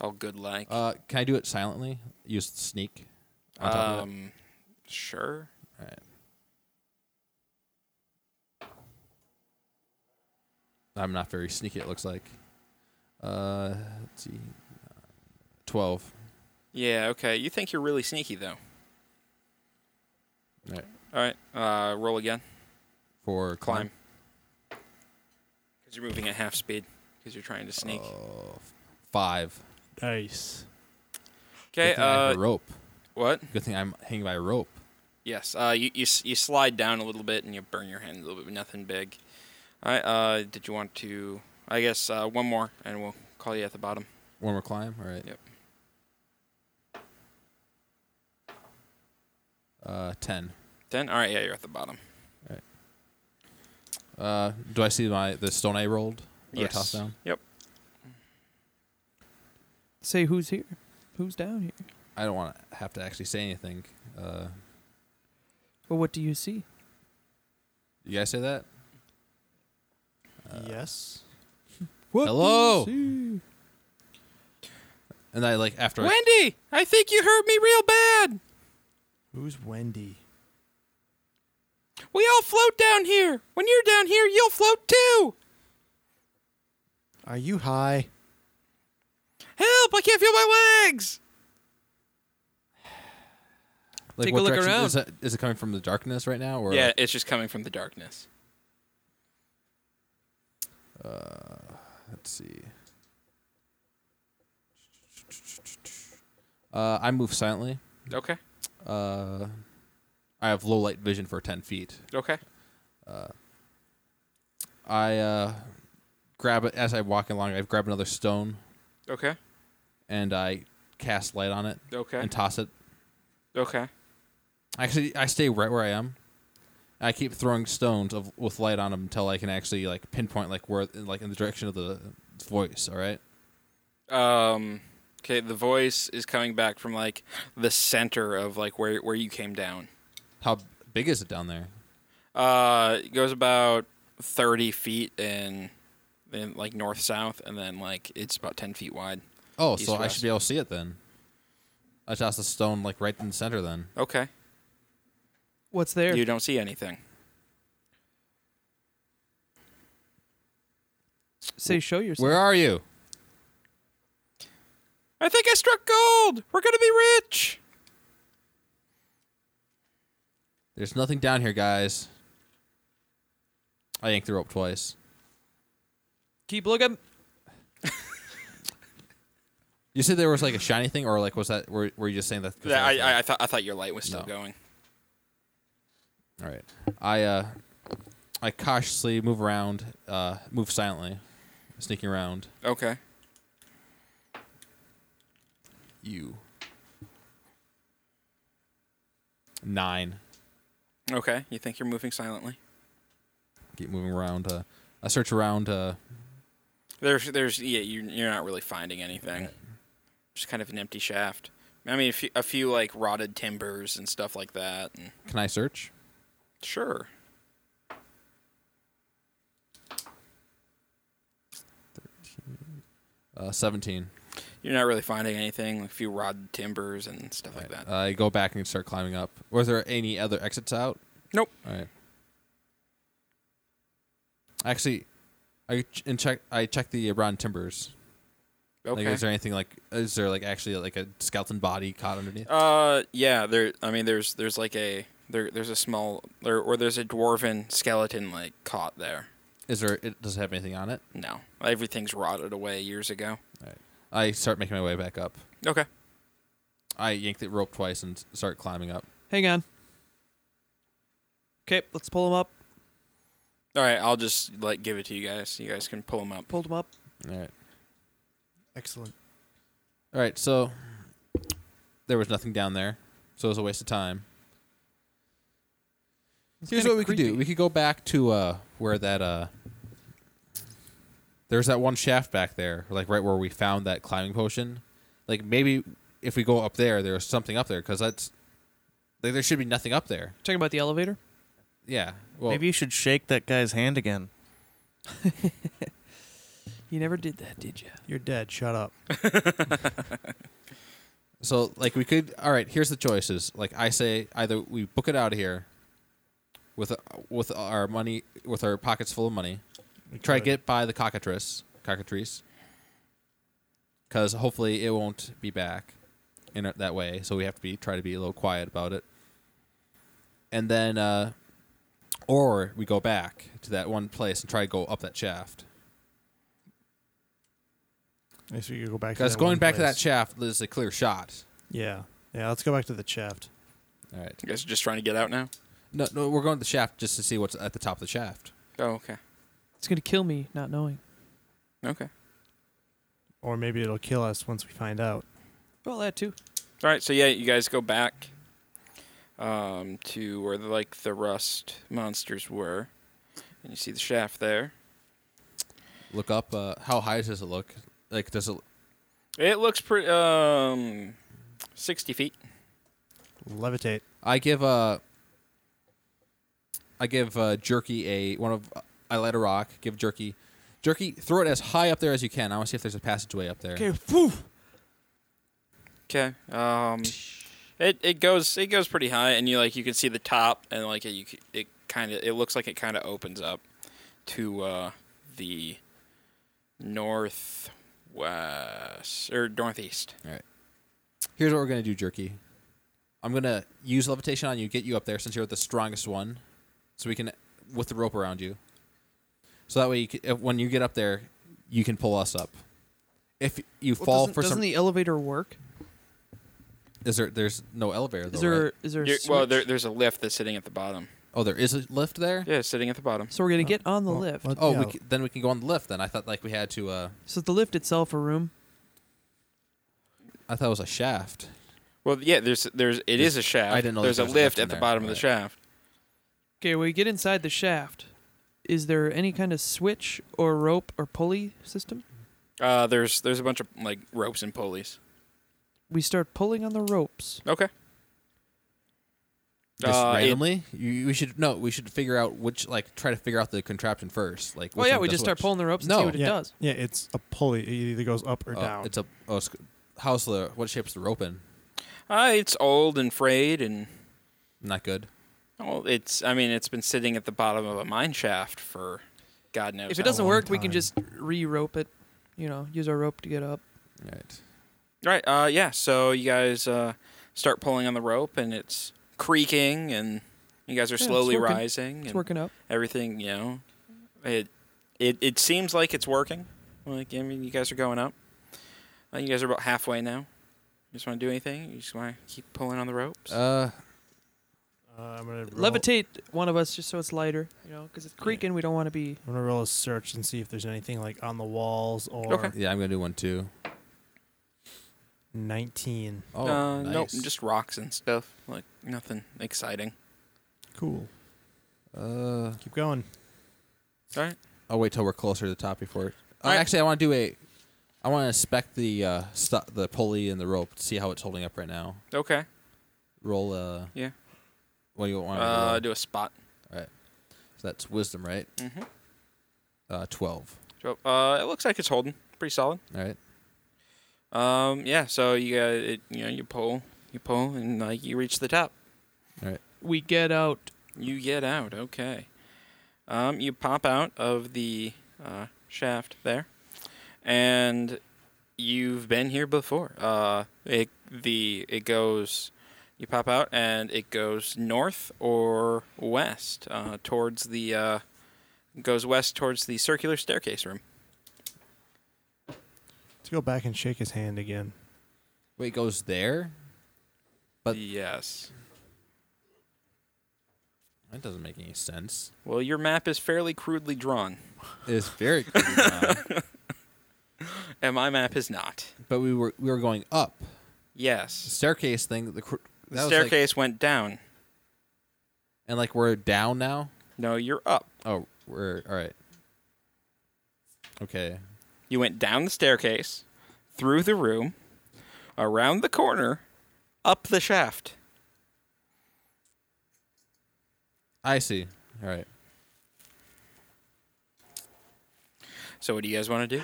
S1: All good like.
S2: Uh, can I do it silently? Use sneak. on top of it?
S1: um. Sure.
S2: I'm not very sneaky. It looks like. Uh, let's see, twelve.
S1: Yeah. Okay. You think you're really sneaky though.
S2: All right.
S1: All right. Uh, roll again.
S2: for
S1: Climb. Because you're moving at half speed. Because you're trying to sneak.
S2: Oh, five.
S5: Nice.
S1: Okay.
S2: Good thing I have
S1: Uh,
S2: a rope.
S1: what?
S2: Good thing I'm hanging by a rope.
S1: Yes. Uh, you, you s- you slide down a little bit and you burn your hand a little bit, but nothing big. All right. Uh, did you want to? I guess uh, one more, and we'll call you at the bottom.
S2: One more climb. All right.
S1: Yep.
S2: Uh, ten.
S1: Ten. All right. Yeah, you're at the bottom.
S2: Uh, do I see my the stone I rolled? Or
S1: Yes.
S2: Tossed down.
S1: Yep.
S4: Say who's here, who's down here.
S2: I don't want to have to actually say anything. Uh,
S4: Well, what do you see?
S2: you guys say that? Uh,
S5: yes.
S4: What
S2: do you Hello.
S4: you
S2: And I like after I,
S1: Wendy, I think you hurt me real bad.
S5: Who's Wendy?
S1: We all float down here. When you're down here, you'll float too.
S5: Are you high?
S1: Help! I can't feel my legs.
S2: like
S4: Take a
S2: what
S4: look
S2: direction-
S4: around.
S2: Is, that, is it coming from the darkness right now? Or
S1: Yeah, it's just coming from the darkness.
S2: Uh, let's see. Uh, I move silently.
S1: Okay.
S2: Uh, I have low light vision for ten feet.
S1: Okay.
S2: Uh, I uh, grab it as I walk along. I grab another stone
S1: Okay.
S2: and I cast light on it
S1: Okay.
S2: and toss it.
S1: Okay.
S2: Actually, I stay right where I am. I keep throwing stones of, with light on them until I can actually like pinpoint like where like in the direction of the voice. All right.
S1: Um. Okay. The voice is coming back from like the center of like where where you came down.
S2: How big is it down there?
S1: Uh, it goes about thirty feet in, in like north south, and then like it's about ten feet wide.
S2: Oh,
S1: East
S2: so I
S1: west.
S2: should be able to see it then. I toss the stone like right in the center then.
S1: Okay.
S4: What's there?
S1: You don't see anything.
S4: Say show yourself.
S2: Where are you?
S1: I think I struck gold. We're gonna be rich.
S2: There's nothing down here, guys. I yanked the rope twice.
S4: Keep looking.
S2: You said there was like a shiny thing, or like was that? Were, were you just saying that? 'cause
S1: Yeah, I,
S2: that
S1: I,
S2: was
S1: I thought I thought your light was still
S2: No.
S1: going.
S2: the- All right. I uh, I cautiously move around, uh, move silently, sneaking around.
S1: Okay.
S2: You. Nine.
S1: Okay. You think you're moving silently?
S2: Keep moving around. Uh, I search around. Uh,
S1: There's, there's, yeah, you, you're not really finding anything. Just kind of an empty shaft. I mean, a few, a few like rotted timbers and stuff like that. And
S2: can I search?
S1: sure.
S2: Uh, Seventeen.
S1: You're not really finding anything. Like a few rotted timbers and stuff like that.
S2: I go back and start climbing up. Was there any other exits out?
S1: Nope.
S2: All right. Actually, I ch- and check. I check the Iran timbers.
S1: okay.
S2: Like, is there anything like? Is there like actually like a skeleton body caught underneath?
S1: Uh, yeah. There. I mean, there's there's like a there there's a small there or there's a dwarven skeleton like caught there.
S2: Is there? It does it have anything on it?
S1: No, everything's rotted away years ago.
S2: I start making my way back up.
S1: Okay.
S2: I yank the rope twice and s- start climbing up.
S4: Hang on. Okay, let's pull him up.
S1: All right. I'll just like give it to you guys. You guys can pull them up.
S4: Pulled him up.
S2: All right.
S5: Excellent.
S2: All right. So there was nothing down there, so it was a waste of time.
S4: It's
S2: Here's
S4: kinda
S2: what we could do.
S4: creepy.
S2: We could go back to uh, where that uh, there's that one shaft back there, like right where we found that climbing potion. Like maybe if we go up there, there's something up there because that's like there should be nothing up there.
S4: Talking about the elevator.
S2: Yeah. Well,
S3: Maybe you should shake that guy's hand again.
S4: You never did that, did you?
S5: You're dead. Shut up.
S2: So like we could all right, here's the choices. Like I say either we book it out of here with uh, with our money with our pockets full of money.
S5: We
S2: Try to
S5: could.
S2: get by the cockatrice, cockatrice. Cuz hopefully it won't be back in a- that way, so we have to be try to be a little quiet about it. And then uh or we go back to that one place and try to go up that shaft.
S5: I guess we could go back. to
S2: Cuz
S5: that
S2: going
S5: one
S2: back to that
S5: place.
S2: shaft is a clear shot.
S5: Yeah. Yeah. Let's go back to the shaft.
S2: All right.
S1: You guys are just trying to get out now.
S2: No, no, we're going to the shaft just to see what's at the top of the shaft.
S1: Oh, okay.
S4: It's gonna kill me not knowing.
S1: Okay.
S5: Or maybe it'll kill us once we find out.
S4: Well, that too.
S1: All right. So yeah, you guys go back um to where the, like the rust monsters were, and you see the shaft there.
S2: Look up. Uh, how high does it look? Like, does it?
S1: It looks pretty um sixty feet.
S5: Levitate.
S2: I give uh, I give uh, Jerky a one of. I let a rock. Give Jerky, Jerky, throw it as high up there as you can. I want to see if there's a passageway up there.
S4: Okay, whew.
S1: Okay. Um, it it goes it goes pretty high, and you like you can see the top, and like it, you c- it kind of it looks like it kind of opens up to uh, the northwest or northeast.
S2: Here's what we're gonna do, Jerky. I'm gonna use levitation on you, get you up there since you're the strongest one, so we can with the rope around you. So that way, you c if, when you get up there, you can pull us up. If you
S4: Well,
S2: fall
S4: doesn't,
S2: for
S4: doesn't
S2: some,
S4: the elevator work?
S2: is there? There's no elevator. Though,
S4: Is there
S2: right?
S4: is there a
S1: You're- well,
S4: switch?
S1: there, there's a lift that's sitting at the bottom.
S2: Oh, there is a lift there.
S1: Yeah, it's sitting at the bottom.
S4: so we're gonna get on the
S5: Well,
S4: lift.
S5: let-
S2: Oh,
S5: yeah,
S2: we c- then we can go on the lift. Then I thought like we had to. uh
S4: so is the lift itself a room?
S2: I thought it was a shaft.
S1: Well, yeah, there's there's it is a shaft.
S2: I didn't know
S1: there's
S2: there
S1: a
S2: was a lift
S1: lift
S2: in
S1: at the
S2: there.
S1: bottom of
S2: Right.
S1: the shaft.
S4: Okay, we get inside the shaft. Is there any kind of switch or rope or pulley system?
S1: Uh, there's there's a bunch of like ropes and pulleys.
S4: We start pulling on the ropes.
S1: Okay.
S2: Just
S1: Uh, it-
S2: randomly. you, we should no. We should figure out which like try to figure out the contraption first. Like.
S1: Oh,
S4: Well,
S2: which
S4: Oh, yeah,
S2: one
S4: we
S2: does
S4: just start
S2: which.
S4: pulling the ropes
S2: No.
S4: and see what
S5: yeah,
S4: it does.
S5: Yeah, it's a pulley. It either goes up or
S2: Oh,
S5: down.
S2: It's a oh. It's, how's the what shape's the rope in?
S1: Uh, it's old and frayed and
S2: Not good.
S1: Well, it's. I mean, it's been sitting at the bottom of a mine shaft for, God knows.
S4: If it
S1: how
S4: doesn't
S1: long.
S4: work, we can
S5: time.
S4: just re-rope it. You know, use our rope to get up.
S2: All right.
S1: Right. Uh. Yeah. So you guys uh, start pulling on the rope, and it's creaking, and you guys are
S4: it's
S1: slowly
S4: working.
S1: rising, and
S4: It's working up.
S1: everything. You know, it. It. It seems like it's working. Like I mean, you guys are going up. Uh, you guys are about halfway now. You just want to do anything? You just want to keep pulling on the ropes?
S2: Uh,
S5: Uh, I'm gonna roll,
S4: Levitate one of us just so it's lighter, you know, because it's creaking. We don't want to be.
S5: I'm gonna roll a search and see if there's anything like on the walls or
S1: Okay.
S2: Yeah, I'm gonna do one too.
S5: 19.
S2: Oh,
S1: uh,
S2: nice.
S1: Nope, just rocks and stuff. Like nothing exciting.
S5: Cool.
S2: Uh,
S5: Keep going.
S1: All right.
S2: I'll wait till we're closer to the top before. It, uh,
S1: Alright.
S2: Actually, I want to do a. I want to inspect the uh, stu- the pulley and the rope to see how it's holding up right now.
S1: Okay.
S2: Roll. Uh,
S1: Yeah.
S2: What do you want?
S1: Uh,
S2: do-
S1: do a spot.
S2: so that's wisdom, right?
S1: Mm-hmm.
S2: Uh, Twelve.
S1: So, uh, it looks like it's holding pretty solid.
S2: All right.
S1: Um, yeah. So you got it. You know, you pull, you pull, and like you reach the top.
S4: We get out.
S1: You get out. Okay. Um, you pop out of the uh, shaft there, and you've been here before. Uh, it the it goes. You pop out and it goes north or west uh, towards the uh, goes west towards the circular staircase room.
S5: Let's go back and shake his hand again.
S2: Wait, it goes there. But-
S1: yes.
S2: That doesn't make any sense.
S1: Well, your map is fairly crudely drawn,
S2: It's very. creepy now.
S1: and my map is not.
S2: but we were we were going up the
S1: Yes.
S2: staircase thing. The cr- that
S1: The
S2: was like-
S1: staircase went down.
S2: and like we're down now.
S1: No, you're up.
S2: Oh, we're all right. Okay.
S1: You went down the staircase, through the room, around the corner, up the shaft.
S2: I see. All right.
S1: So, what do you guys want to do?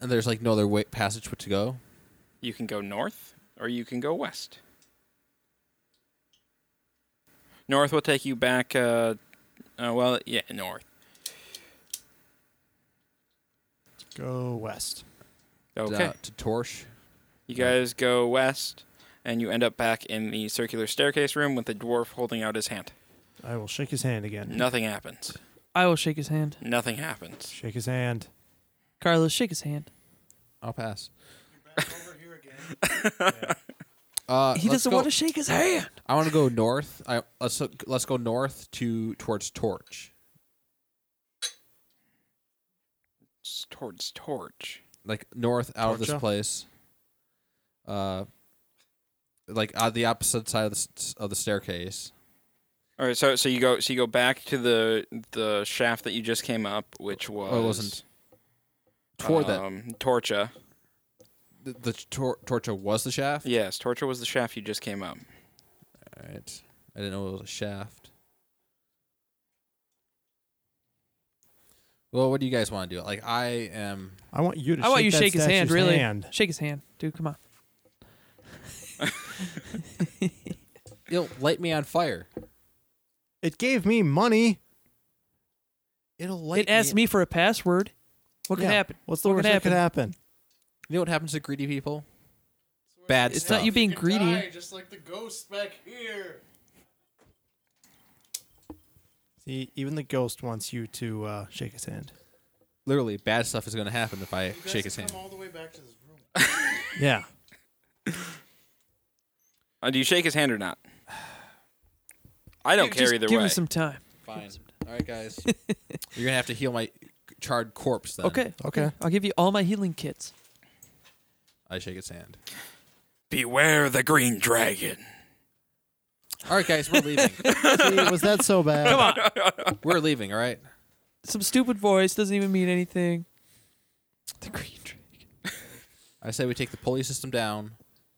S2: And there's like no other way passage to go.
S1: You can go north or you can go west. North will take you back, uh, uh, well, yeah, north.
S5: Let's go west.
S1: Okay.
S2: Uh, to Torsh.
S1: You guys go west, and you end up back in the circular staircase room with the dwarf holding out his hand.
S5: I will shake his hand again.
S1: Nothing happens.
S4: I will shake his hand.
S1: Nothing happens.
S5: Shake his hand.
S4: Carlos, shake his hand.
S2: I'll pass.
S5: Over here again.
S2: Uh,
S4: He doesn't want to shake his hand.
S2: I want to go north. I let's look- let's go north to towards Torch,
S1: It's towards torch.
S2: like north out of this
S5: Torcha?
S2: place. Uh, like on the opposite side of the s- of the staircase.
S1: All right, so so you go so you go back to the the shaft that you just came up, which was
S2: Oh, it wasn't. Toward that
S1: um, Torcha.
S2: the, the tor- Torcha was the shaft.
S1: Yes, Torcha was the shaft you just came up.
S2: All right. I didn't know it was a shaft. Well, what do you guys want to do? Like, I am.
S5: I want you to
S4: I want you
S5: shake
S4: to
S5: that
S4: shake his hand,
S5: statue's
S4: really.
S5: hand.
S4: Shake his hand, dude. Come on.
S2: It'll light me on fire.
S5: It gave me money.
S2: It'll light.
S4: it asked me for a password. What can
S5: Yeah.
S4: happen?
S5: What's the
S4: What
S5: worst
S4: could
S5: that could happen?
S2: You know what happens to greedy people? Bad
S4: It's
S2: stuff.
S4: not you being greedy.
S6: just like the ghost back here.
S5: See, even the ghost wants you to uh, shake his hand.
S2: Literally, bad stuff is going to happen if I
S6: You guys
S2: shake his
S6: have
S2: hand.
S6: come all the way back to this room.
S5: Yeah.
S1: Uh, do you shake his hand or not? I don't
S4: Dude,
S1: care
S4: just
S1: either
S4: give
S1: way.
S4: him some time.
S2: Fine. All right, guys. You're going to have to heal my charred corpse then.
S4: Okay.
S5: Okay.
S4: I'll give you all my healing kits.
S2: I shake his hand.
S1: Beware the green dragon.
S2: All right, guys, we're leaving.
S5: See, was that so bad? Come on.
S2: we're leaving, all right?
S4: Some stupid voice doesn't even mean anything. The green dragon.
S2: I say we take the pulley system down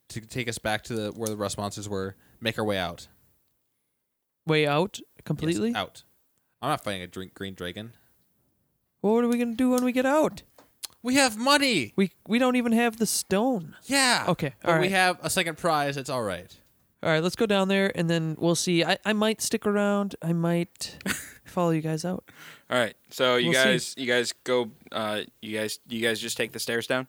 S2: to take us back to the, where the rust monsters were, make our way out.
S4: Way out
S2: Yes,
S4: completely.
S2: out. I'm not fighting a drink green dragon.
S4: What are we gonna do when we get out?
S2: We have money.
S4: We we don't even have the stone.
S2: Yeah.
S4: Okay,
S2: But
S4: all
S2: we
S4: right.
S2: have a second prize. It's all right.
S4: All right, let's go down there and then we'll see. I, I might stick around. I might follow you guys out.
S1: All right, so you
S4: We'll see.
S1: guys you guys go uh, you guys you guys just take the stairs down,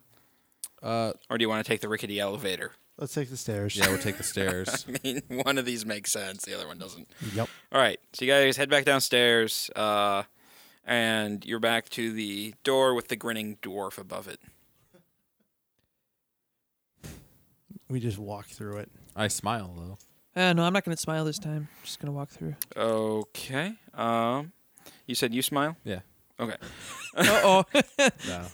S2: Uh,
S1: or do you want to take the rickety elevator?
S5: Let's take the stairs.
S2: yeah, we'll take the stairs.
S1: I mean, one of these makes sense, the other one doesn't.
S5: Yep.
S1: All right, so you guys head back downstairs, uh, and you're back to the door with the grinning dwarf above it.
S5: We just walk through it.
S2: I smile though.
S4: Uh, no, I'm not gonna smile this time. just gonna walk through.
S1: Okay. Um, you said you smile.
S2: Yeah.
S1: Okay.
S4: Uh oh,
S2: No.
S4: this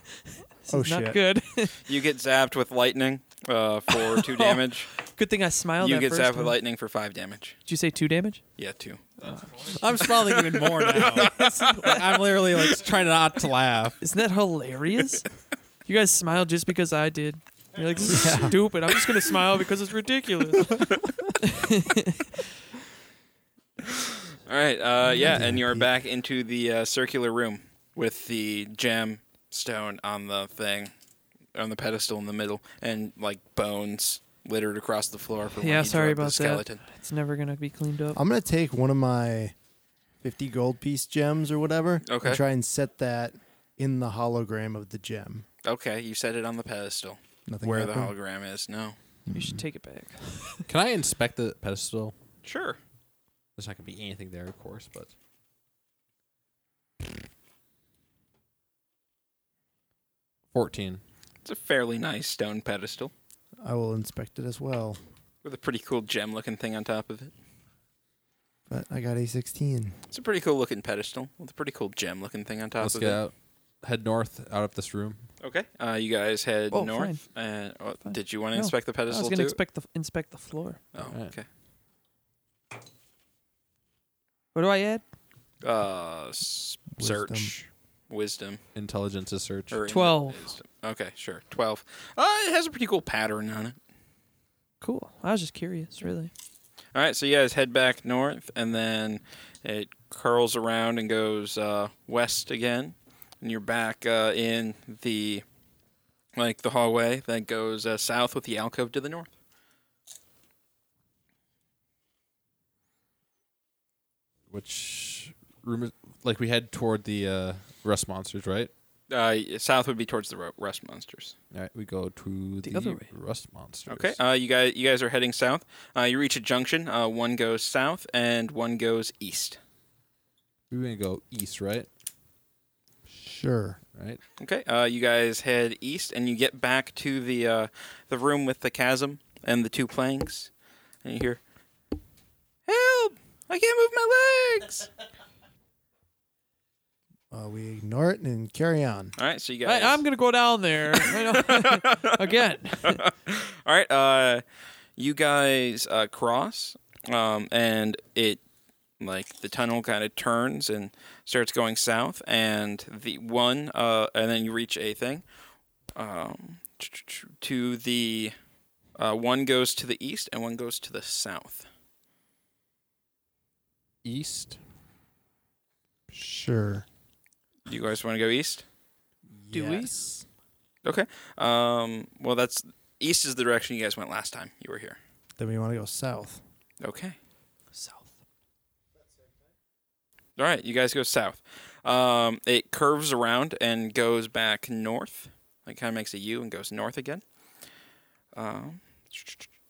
S5: Oh,
S4: is
S5: shit.
S4: not good.
S1: You get zapped with lightning uh, for two damage.
S4: good thing I smiled.
S1: you
S4: that
S1: get
S4: first
S1: zapped with
S4: time.
S1: lightning for five damage.
S4: Did you say two damage?
S1: Yeah, two.
S2: I'm smiling even more now. Like, I'm literally like trying not to laugh.
S4: Isn't that hilarious? you guys smiled just because I did. You're like this is stupid. I'm just gonna smile because it's ridiculous.
S1: All right. Uh, yeah, and you're back into the uh, circular room with the gem stone on the thing, on the pedestal in the middle, and like bones littered across the floor. For when
S4: Yeah,
S1: you
S4: sorry
S1: drug the
S4: about that.
S1: skeleton.
S4: it's never gonna be cleaned up.
S5: I'm gonna take one of my fifty gold piece gems or whatever.
S1: Okay.
S5: And try and set that in the hologram of the gem.
S1: Okay, you set it on the pedestal
S5: Nothing
S1: where the
S5: happened?
S1: hologram is. No.
S4: You should take it back.
S2: Can I inspect the pedestal?
S1: Sure.
S2: There's not gonna be anything there, of course, but fourteen.
S1: It's a fairly nice stone pedestal
S5: I will inspect it as well.
S1: with a pretty cool gem looking thing on top of it.
S5: But I got a sixteen.
S1: It's a pretty cool looking pedestal with a pretty cool gem looking thing on top
S2: Let's
S1: of
S2: get
S1: it.
S2: out. Head north out of this room.
S1: Okay. Uh, you guys head
S4: Oh,
S1: north. And oh,
S4: Fine.
S1: did you want to
S4: No,
S1: inspect the
S4: I was
S1: pedestal
S4: gonna
S1: too?
S4: expect the, inspect the floor.
S1: oh,
S2: Alright.
S1: okay.
S4: What do I add?
S1: Uh, s-
S5: Wisdom.
S1: search wisdom
S2: Intelligence is search.
S1: or in-
S4: 12.
S1: wisdom. Okay, sure. Twelve. Uh, it has a pretty cool pattern on it.
S4: Cool. I was just curious, really.
S1: All right, so you guys head back north, and then it curls around and goes uh, west again, and you're back uh, in the like the hallway that goes uh, south with the alcove to the north.
S2: Which room is like we head toward the uh, rust monsters, right?
S1: Uh, south would be towards the ru- rust monsters.
S2: All right, we go to the,
S4: The other way.
S2: rust monsters.
S1: Okay, uh, you guys you guys are heading south. Uh, you reach a junction. Uh, one goes south and one goes east.
S2: we're gonna go east, right?
S5: Sure.
S2: Right.
S1: Okay, uh, you guys head east, and you get back to the uh, the room with the chasm and the two planks, and you hear, "Help! I can't move my legs."
S5: Uh, we ignore it and carry on.
S1: All right, so you
S4: I,
S1: guys.
S4: I'm gonna go down there I know. again.
S1: All right, uh, you guys uh, cross, um, and it like the tunnel kind of turns and starts going south, and the one, uh, and then you reach a thing. Um, to the uh, one goes to the east and one goes to the south.
S2: East.
S5: Sure.
S1: Do you guys want to go east?
S4: Do we?
S5: Yes.
S1: Okay. Um, well, that's east is the direction you guys went last time you were here.
S5: Then we want to go south.
S1: Okay.
S4: South.
S1: All right. You guys go south. Um, it curves around and goes back north. It kind of makes a U and goes north again. Um,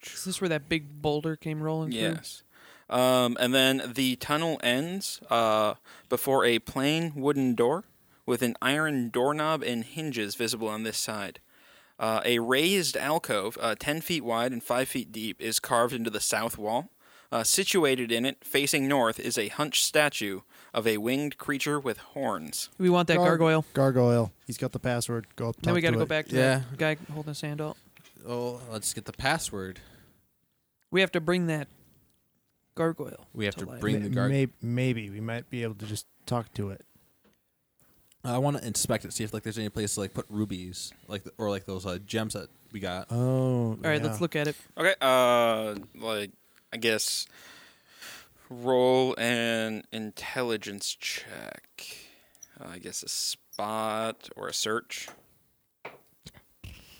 S4: Is this where that big boulder came rolling through?
S1: yes. Um, and then the tunnel ends uh, before a plain wooden door with an iron doorknob and hinges visible on this side. Uh, a raised alcove, uh, 10 feet wide and 5 feet deep, is carved into the south wall. Uh, situated in it, facing north, is a hunched statue of a winged creature with horns.
S4: We want that
S5: Gar-
S4: gargoyle.
S5: Gargoyle. He's got the password. Go up.
S4: Then we
S5: got
S4: gotta
S5: to
S4: go
S5: it.
S4: back to
S2: Yeah.
S4: that guy holding his hand out.
S2: Oh, let's get the password.
S4: We have to bring that gargoyle.
S2: We have to
S4: Delight.
S2: bring the
S5: May-
S2: guard.
S5: may- maybe we might be able to just talk to it.
S2: I want to inspect it, see if like there's any place to like put rubies, like th- or like those uh, gems that we got.
S5: Oh.
S4: All right, let's look at it.
S1: Okay, uh, like, I guess roll an intelligence check. Uh, I guess a spot or a search.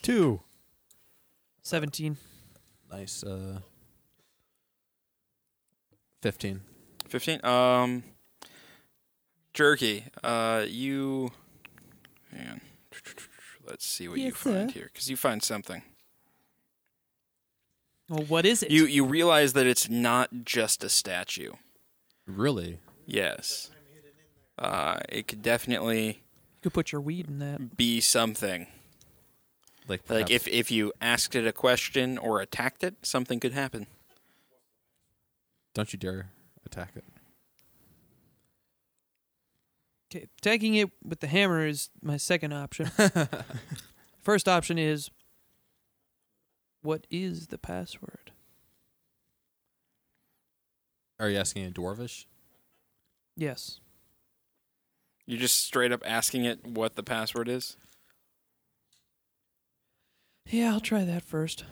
S5: Two.
S4: 17.
S2: Nice. Uh, Fifteen.
S1: 15 um jerky uh you man let's see what you
S4: Yes, sir.
S1: find here because you find something
S4: Well, what is it?
S1: you you realize that it's not just a statue
S2: Really?
S1: yes uh it could definitely
S4: You could put your weed in that.
S1: be something
S2: Like
S1: like
S2: perhaps-
S1: if if you asked it a question or attacked it something could happen
S2: Don't you dare attack it.
S4: Okay, tagging it with the hammer is my second option. First option is what is the password?
S2: Are you asking in Dwarvish?
S4: Yes.
S1: You're just straight up asking it what the password is.
S4: Yeah, I'll try that first.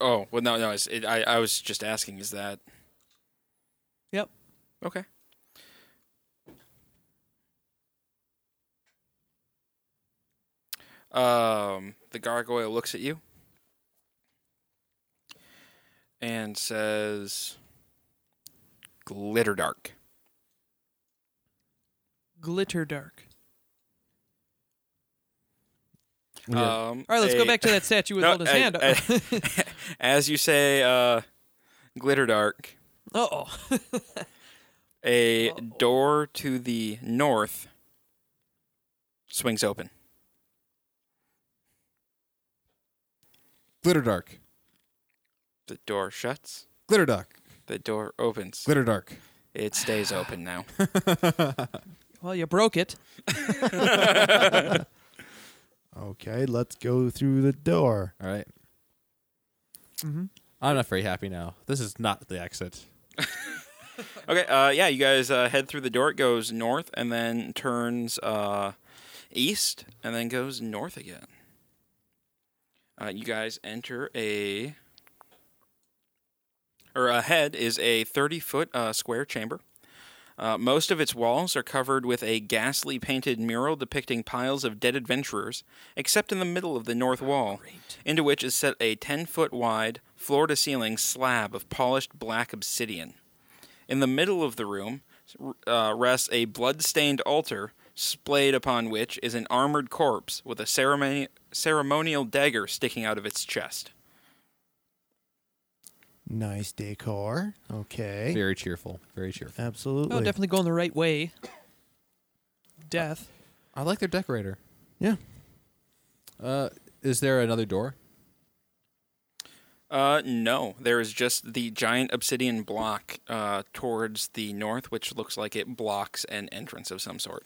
S1: Oh well, no, no. It's, it, I I was just asking. Is that?
S4: Yep.
S1: Okay. Um, the gargoyle looks at you and says, "Glitter dark."
S4: Glitter dark. Uh,
S1: Um,
S4: All right, let's go
S1: a-
S4: back to that statue with
S1: No,
S4: holding his
S1: I-
S4: hand up.
S1: I- as you say, uh, glitter dark.
S4: Uh-oh.
S1: A
S4: Uh-oh.
S1: door to the north swings open.
S2: Glitter dark.
S1: The door shuts.
S2: Glitter dark.
S1: The door opens.
S2: Glitter dark.
S1: It stays open now.
S4: Well, you broke it.
S5: Okay, let's go through the door.
S2: All right.
S4: Mhm.
S2: I'm not very happy now. This is not the exit.
S1: Okay, uh, yeah, you guys uh, head through the door. It goes north and then turns uh, east and then goes north again. Uh, you guys enter a. Or ahead is a 30 foot uh, square chamber. Uh, most of its walls are covered with a ghastly painted mural depicting piles of dead adventurers, except in the middle of the north wall, into which is set a 10 foot wide, floor to ceiling slab of polished black obsidian. In the middle of the room uh, rests a blood-stained altar, splayed upon which is an armored corpse with a ceremony- ceremonial dagger sticking out of its chest.
S5: Nice decor. Okay.
S2: Very cheerful. Very cheerful.
S5: Absolutely.
S4: Oh, definitely going the right way. Death.
S2: I like their decorator.
S5: Yeah.
S2: Uh, is there another door?
S1: Uh, no, there is just the giant obsidian block uh, towards the north, which looks like it blocks an entrance of some sort.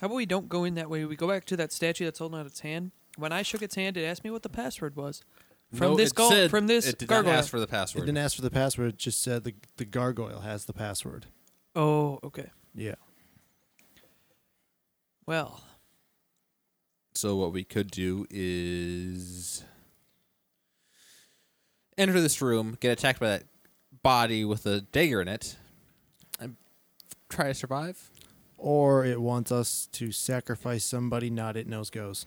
S4: How about we don't go in that way? We go back to that statue that's holding out its hand. When I shook its hand, it asked me what the password was. From
S2: No,
S4: this
S2: it
S4: gol-
S2: said-
S4: from this
S2: it did
S4: gargoyle.
S2: Not ask for the
S5: It
S2: password.
S5: didn't ask for the password. It just said the the gargoyle has the password.
S4: Oh, okay.
S5: Yeah.
S4: Well,
S2: So what we could do is enter this room, get attacked by that body with a dagger in it, and try to survive.
S5: Or it wants us to sacrifice somebody not it knows goes.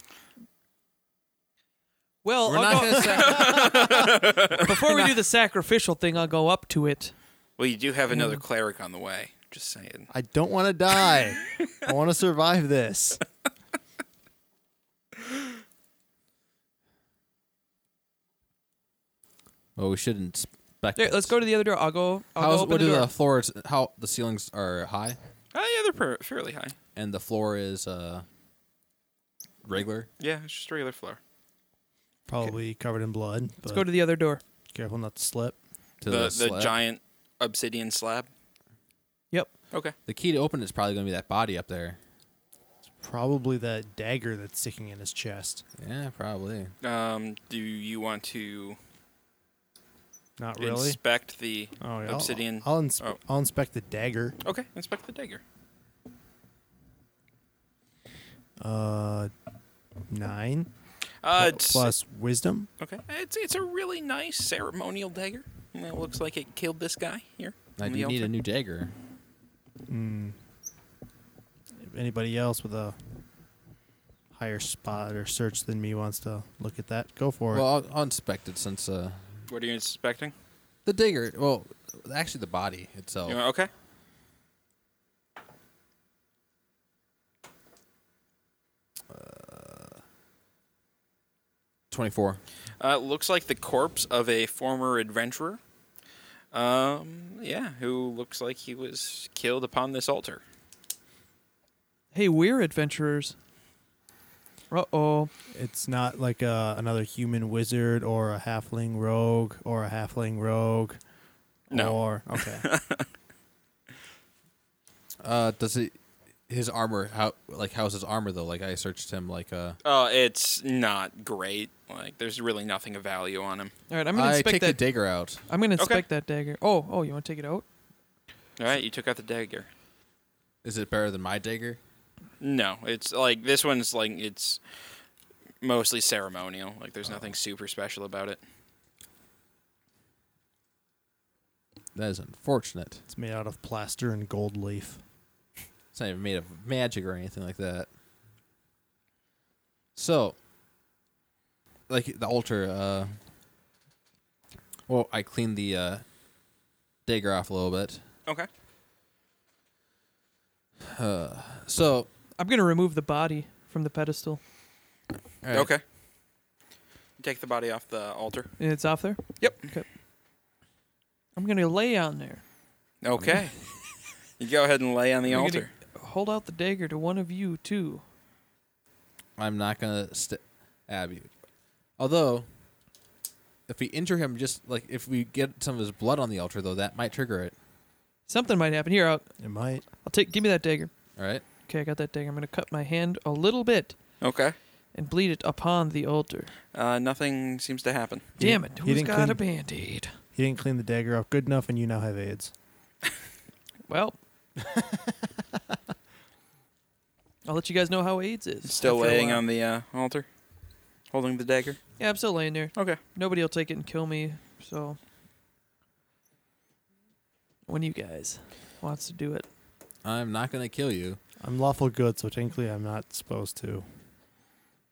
S4: well,
S2: We're
S4: Oh,
S2: not
S4: I'll go-
S2: gonna sa-
S4: before we do the sacrificial thing, I'll go up to it.
S1: Well, you do have another cleric on the way. Just saying.
S5: I don't want to die. I want to survive this.
S2: well, we shouldn't. Spec-
S4: There, let's go to the other door. I'll go. I'll
S2: How's,
S4: go
S2: what
S4: open
S2: do
S4: the door.
S2: the floors? How the ceilings are high,
S1: Oh, yeah, they're per- fairly high.
S2: and the floor is uh regular.
S1: Yeah, it's just regular floor.
S5: Probably covered in blood. But
S4: let's go to the other door.
S5: careful not to slip.
S2: To
S1: the the
S2: slab.
S1: giant obsidian slab.
S4: Yep.
S1: Okay.
S2: The key to open it is probably going to be that body up there.
S5: Probably that dagger that's sticking in his chest.
S2: Yeah, probably.
S1: Um, do you want to
S2: Oh,
S5: Not really.
S1: inspect the
S5: oh, yeah. I'll-
S1: obsidian?
S5: I'll, inspe-
S1: oh.
S5: I'll inspect the dagger.
S1: Okay, inspect the dagger.
S5: Uh, nine
S1: Uh,
S5: pl-
S1: it's,
S5: plus wisdom.
S1: okay, it's it's a really nice ceremonial dagger. And It looks like it killed this guy here.
S2: I
S1: on the
S2: do need
S1: altar.
S2: a new dagger.
S5: Mm. Anybody else with a higher spot or search than me wants to look at that? Go for it.
S2: Well, I'll, I'll inspect it since uh,
S1: What are you inspecting?
S2: the dagger. Well, actually, the body itself.
S1: You want- okay.
S2: Twenty-four.
S1: Uh, it looks like the corpse of a former adventurer. Um, yeah, who looks like he was killed upon this altar.
S4: Hey, we're adventurers. Uh oh.
S5: It's not like uh, a, another human wizard or a halfling rogue or a halfling rogue
S1: No.
S5: Or okay.
S2: Uh, does it? His armor, how like how's his armor though? Like I searched him, like uh,
S1: Uh, it's not great. Like, there's really nothing of value on him.
S4: All right, I'm gonna
S2: I
S4: inspect
S2: take the
S4: that.
S2: dagger out.
S4: I'm gonna
S1: Okay.
S4: inspect that dagger. Oh, oh, you want to take it out?
S1: All right, you took out the dagger.
S2: Is it better than my dagger?
S1: No, it's like this one's like it's mostly ceremonial. Like, there's nothing super special about it.
S2: That is unfortunate.
S5: it's made out of plaster and gold leaf.
S2: It's not even made of magic or anything like that. So, like the altar, uh, well, I cleaned the uh, dagger off a little bit.
S1: Okay.
S2: So,
S4: I'm gonna remove the body from the pedestal.
S2: all right,
S1: Okay. You take the body off the altar.
S4: It's off there.
S1: Yep.
S4: Okay. I'm gonna lay on there.
S1: Okay. you go ahead and lay on the
S4: I'm
S1: altar.
S4: gonna hold out the dagger to one of you too.
S2: I'm not gonna st- stab you. Although, if we injure him, just like if we get some of his blood on the altar, though, that might trigger it.
S4: Something might happen. Here, I'll,
S5: It might.
S4: I'll take. Give me that dagger.
S2: All right.
S4: Okay, I got that dagger. I'm gonna cut my hand a little bit
S1: Okay.
S4: and bleed it upon the altar.
S1: Uh, nothing seems to happen.
S5: He
S4: Damn it!
S5: didn't- he
S4: Who's
S5: didn't
S4: got a
S5: clean-
S4: band aid?
S5: He didn't clean the dagger up good enough, and you now have AIDS.
S4: Well, I'll let you guys know how AIDS is.
S1: Still
S4: after a
S1: laying
S4: while.
S1: on the uh, altar, holding the dagger.
S4: Yeah, I'm still laying there.
S1: Okay.
S4: Nobody will take it and kill me. So, one of you guys wants to do it.
S2: I'm not gonna kill you.
S5: I'm lawful good, so technically I'm not supposed to.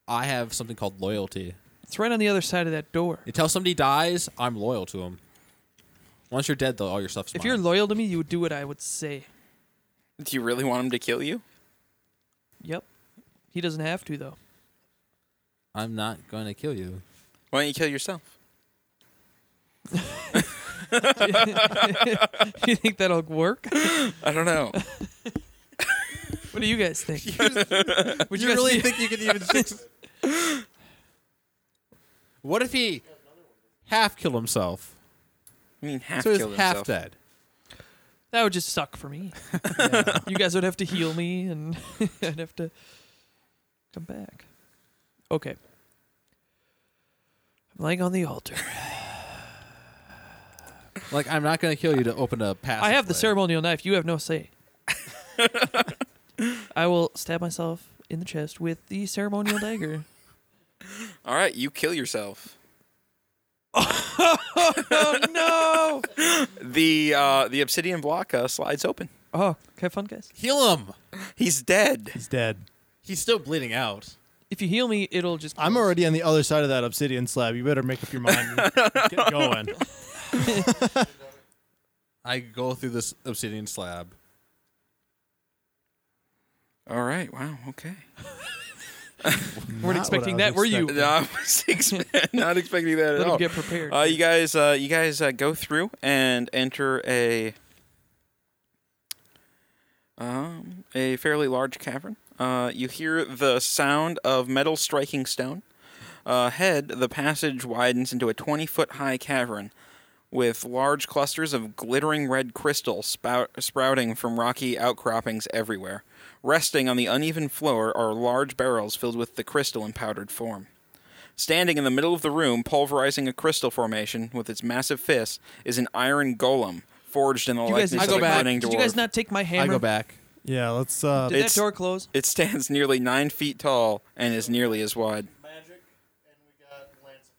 S2: I have something called loyalty.
S4: It's right on the other side of that door.
S2: Until somebody dies, I'm loyal to him. Once you're dead, though, all your stuff's
S4: If
S2: mine.
S4: you're loyal to me, you would do what I would say.
S1: Do you really want him to kill you?
S4: Yep. He doesn't have to though.
S2: I'm not going to kill you.
S1: Why don't you kill yourself?
S4: you think that'll work?
S1: I don't know.
S4: What do you guys think? would
S2: you
S4: guys
S2: really
S4: be-
S2: think you can even fix? what if he half killed himself?
S1: I mean, half
S2: so he's
S1: killed
S2: half
S1: himself.
S2: dead.
S4: that would just suck for me? You guys would have to heal me, and I'd have to come back. Okay. I'm laying on the altar.
S2: Like I'm not going to kill you to open a pass.
S4: I have the ceremonial knife. You have no say. I will stab myself in the chest with the ceremonial dagger.
S1: All right, you kill yourself.
S4: no!
S1: The uh, the obsidian block uh, slides open.
S4: Oh, have fun, guys.
S2: Heal him.
S1: He's dead.
S5: He's dead.
S2: He's still bleeding out.
S4: If you heal me, it'll just.
S5: I'm already on the other side of that obsidian slab. You better make up your mind. and get going.
S2: I go through this obsidian slab.
S1: All right. Wow. Okay.
S4: weren't
S5: Not
S4: expecting
S5: what I
S4: that,
S5: was
S4: were you?
S5: expecting.
S1: No, I was expe- not expecting that at
S4: Let
S1: all.
S4: him get prepared.
S1: Uh, you guys, uh, you guys uh, go through and enter a um, a fairly large cavern. Uh, you hear the sound of metal striking stone. Ahead, the passage widens into a 20 foot high cavern with large clusters of glittering red crystal spout- sprouting from rocky outcroppings everywhere. Resting on the uneven floor are large barrels filled with the crystal in powdered form. Standing in the middle of the room, pulverizing a crystal formation with its massive fist, is an iron golem forged in the
S4: Did you guys,
S1: likeness
S2: I
S1: of
S2: go
S1: a
S2: back.
S1: burning
S4: did
S1: dwarf.
S4: you guys not take my
S2: I
S4: hammer?
S2: go back.
S5: Yeah, let's. uh
S4: Did
S1: It's-
S4: that door close?
S1: It stands nearly nine feet tall and is nearly as wide.
S6: Magic, and we got Lance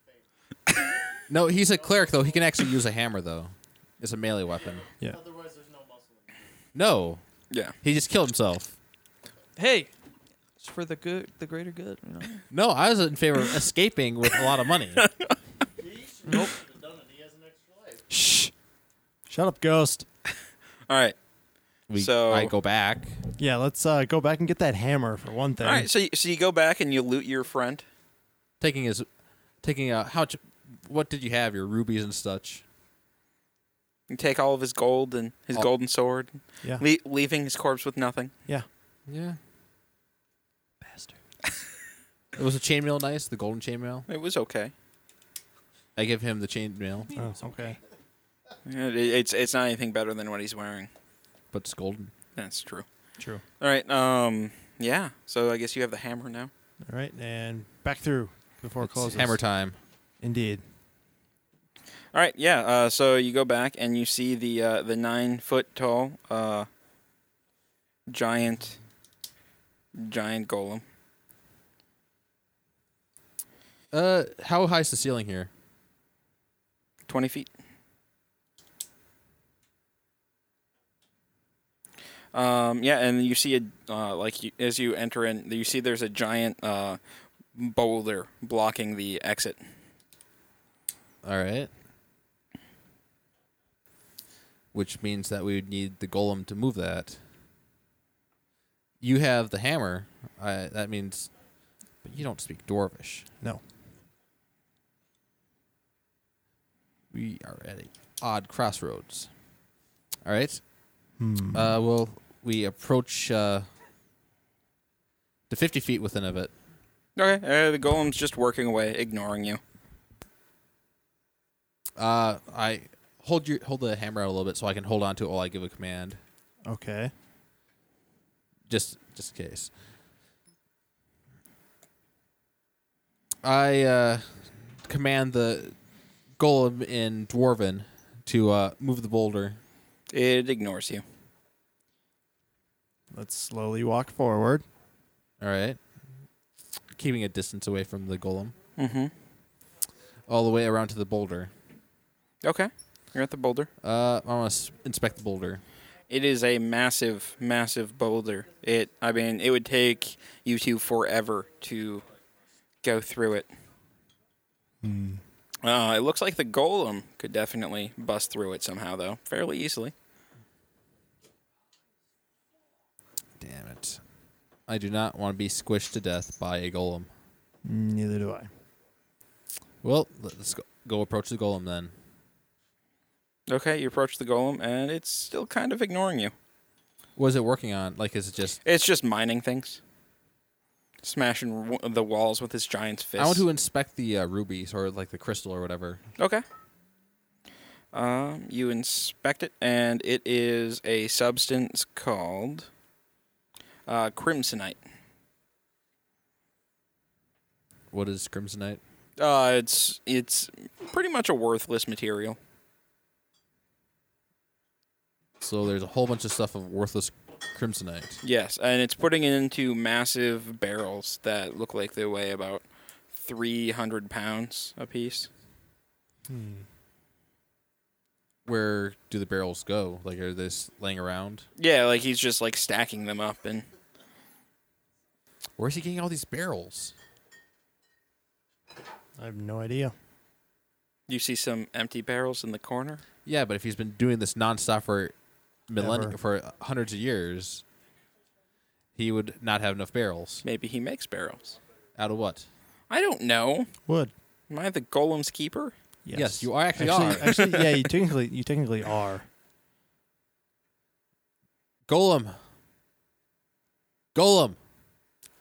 S6: of Fate.
S2: No, he's a cleric though. He can actually use a hammer though. It's a melee weapon.
S5: Yeah.
S6: Otherwise, there's no muscle. in it.
S2: No,
S1: Yeah.
S2: he just killed himself.
S4: Hey, it's for the good, the greater good. You know?
S2: No, I was in favor of escaping with a lot of money.
S6: He should have done it. He has an extra life.
S5: Shh. Shut up, ghost.
S1: All right.
S2: We,
S1: So-
S2: I go back.
S5: Yeah, let's uh go back and get that hammer for one thing.
S1: All right. So, you- so you go back and you loot your friend.
S2: taking his taking a how much what did you have your rubies and such
S1: You take all of his gold and his
S2: All-
S1: golden sword,
S5: Yeah.
S1: le- leaving his corpse with nothing.
S5: Yeah.
S2: yeah
S4: Bastard.
S2: it was a chainmail nice the golden chainmail
S1: It was okay.
S2: i give him the chainmail
S5: Oh, okay.
S1: Yeah, it- It's it's not anything better than what he's wearing.
S2: but it's golden.
S1: That's true.
S5: True.
S1: All right. Um. Yeah. So I guess you have the hammer now.
S5: All right, and back through before it
S2: It's
S5: closes.
S2: hammer time.
S5: Indeed.
S1: All right. Yeah. Uh, so you go back and you see the uh, the nine foot tall uh, giant giant golem.
S2: Uh, how high is the ceiling here?
S1: Twenty feet. Um, yeah, and you see a uh, like you, as you enter in, you see there's a giant uh, boulder blocking the exit.
S2: All right. Which means that we would need the golem to move that. You have the hammer. I, that means, but you don't speak dwarvish.
S5: No.
S2: We are at a odd crossroads. All right.
S5: Hmm.
S2: Uh, well, we approach uh, the 50 feet within of it.
S1: Okay, uh, the golem's just working away, ignoring you.
S2: Uh, I hold your hold the hammer out a little bit so I can hold on to it while I give a command,
S5: okay.
S2: just just in case. I uh, command the golem in dwarven to uh, move the boulder.
S1: It ignores you.
S5: Let's slowly walk forward.
S2: All right, keeping a distance away from the golem,
S1: Mm-hmm.
S2: all the way around to the boulder.
S1: Okay, you're at the boulder.
S2: Uh, I want to inspect the boulder.
S1: It is a massive, massive boulder. It, I mean, it would take you two forever to go through it. Uh, it looks like the golem could definitely bust through it somehow, though, fairly easily.
S2: Damn it! I do not want to be squished to death by a golem.
S5: Neither do I.
S2: Well, let's go, go approach the golem then.
S1: Okay, you approach the golem, and it's still kind of ignoring you.
S2: What is it working on? Like, is it just?
S1: It's just mining things, smashing w- the walls with his giant fist.
S2: I want to inspect the uh, rubies or like the crystal or whatever.
S1: Okay. Um, you inspect it, and it is a substance called uh, crimsonite.
S2: What is crimsonite?
S1: Uh, it's it's pretty much a worthless material.
S2: So there's a whole bunch of stuff of worthless crimsonite.
S1: Yes, and it's putting it into massive barrels that look like they weigh about three hundred pounds apiece.
S2: Where do the barrels go? Like, are they just laying around?
S1: Yeah, like he's just like stacking them up, and
S2: Where is he getting all these barrels?
S5: I have no idea.
S1: you see some empty barrels in the corner.
S2: Yeah, but if he's been doing this nonstop for millennia
S5: Ever.
S2: for hundreds of years, he would not have enough barrels.
S1: Maybe he makes barrels.
S2: Out of what?
S1: I don't know.
S5: Would.
S1: Am I the golem's keeper?
S5: Yes.
S2: you are actually,
S5: Actually,
S2: are.
S5: actually, yeah, you technically you technically are.
S2: Golem. Golem.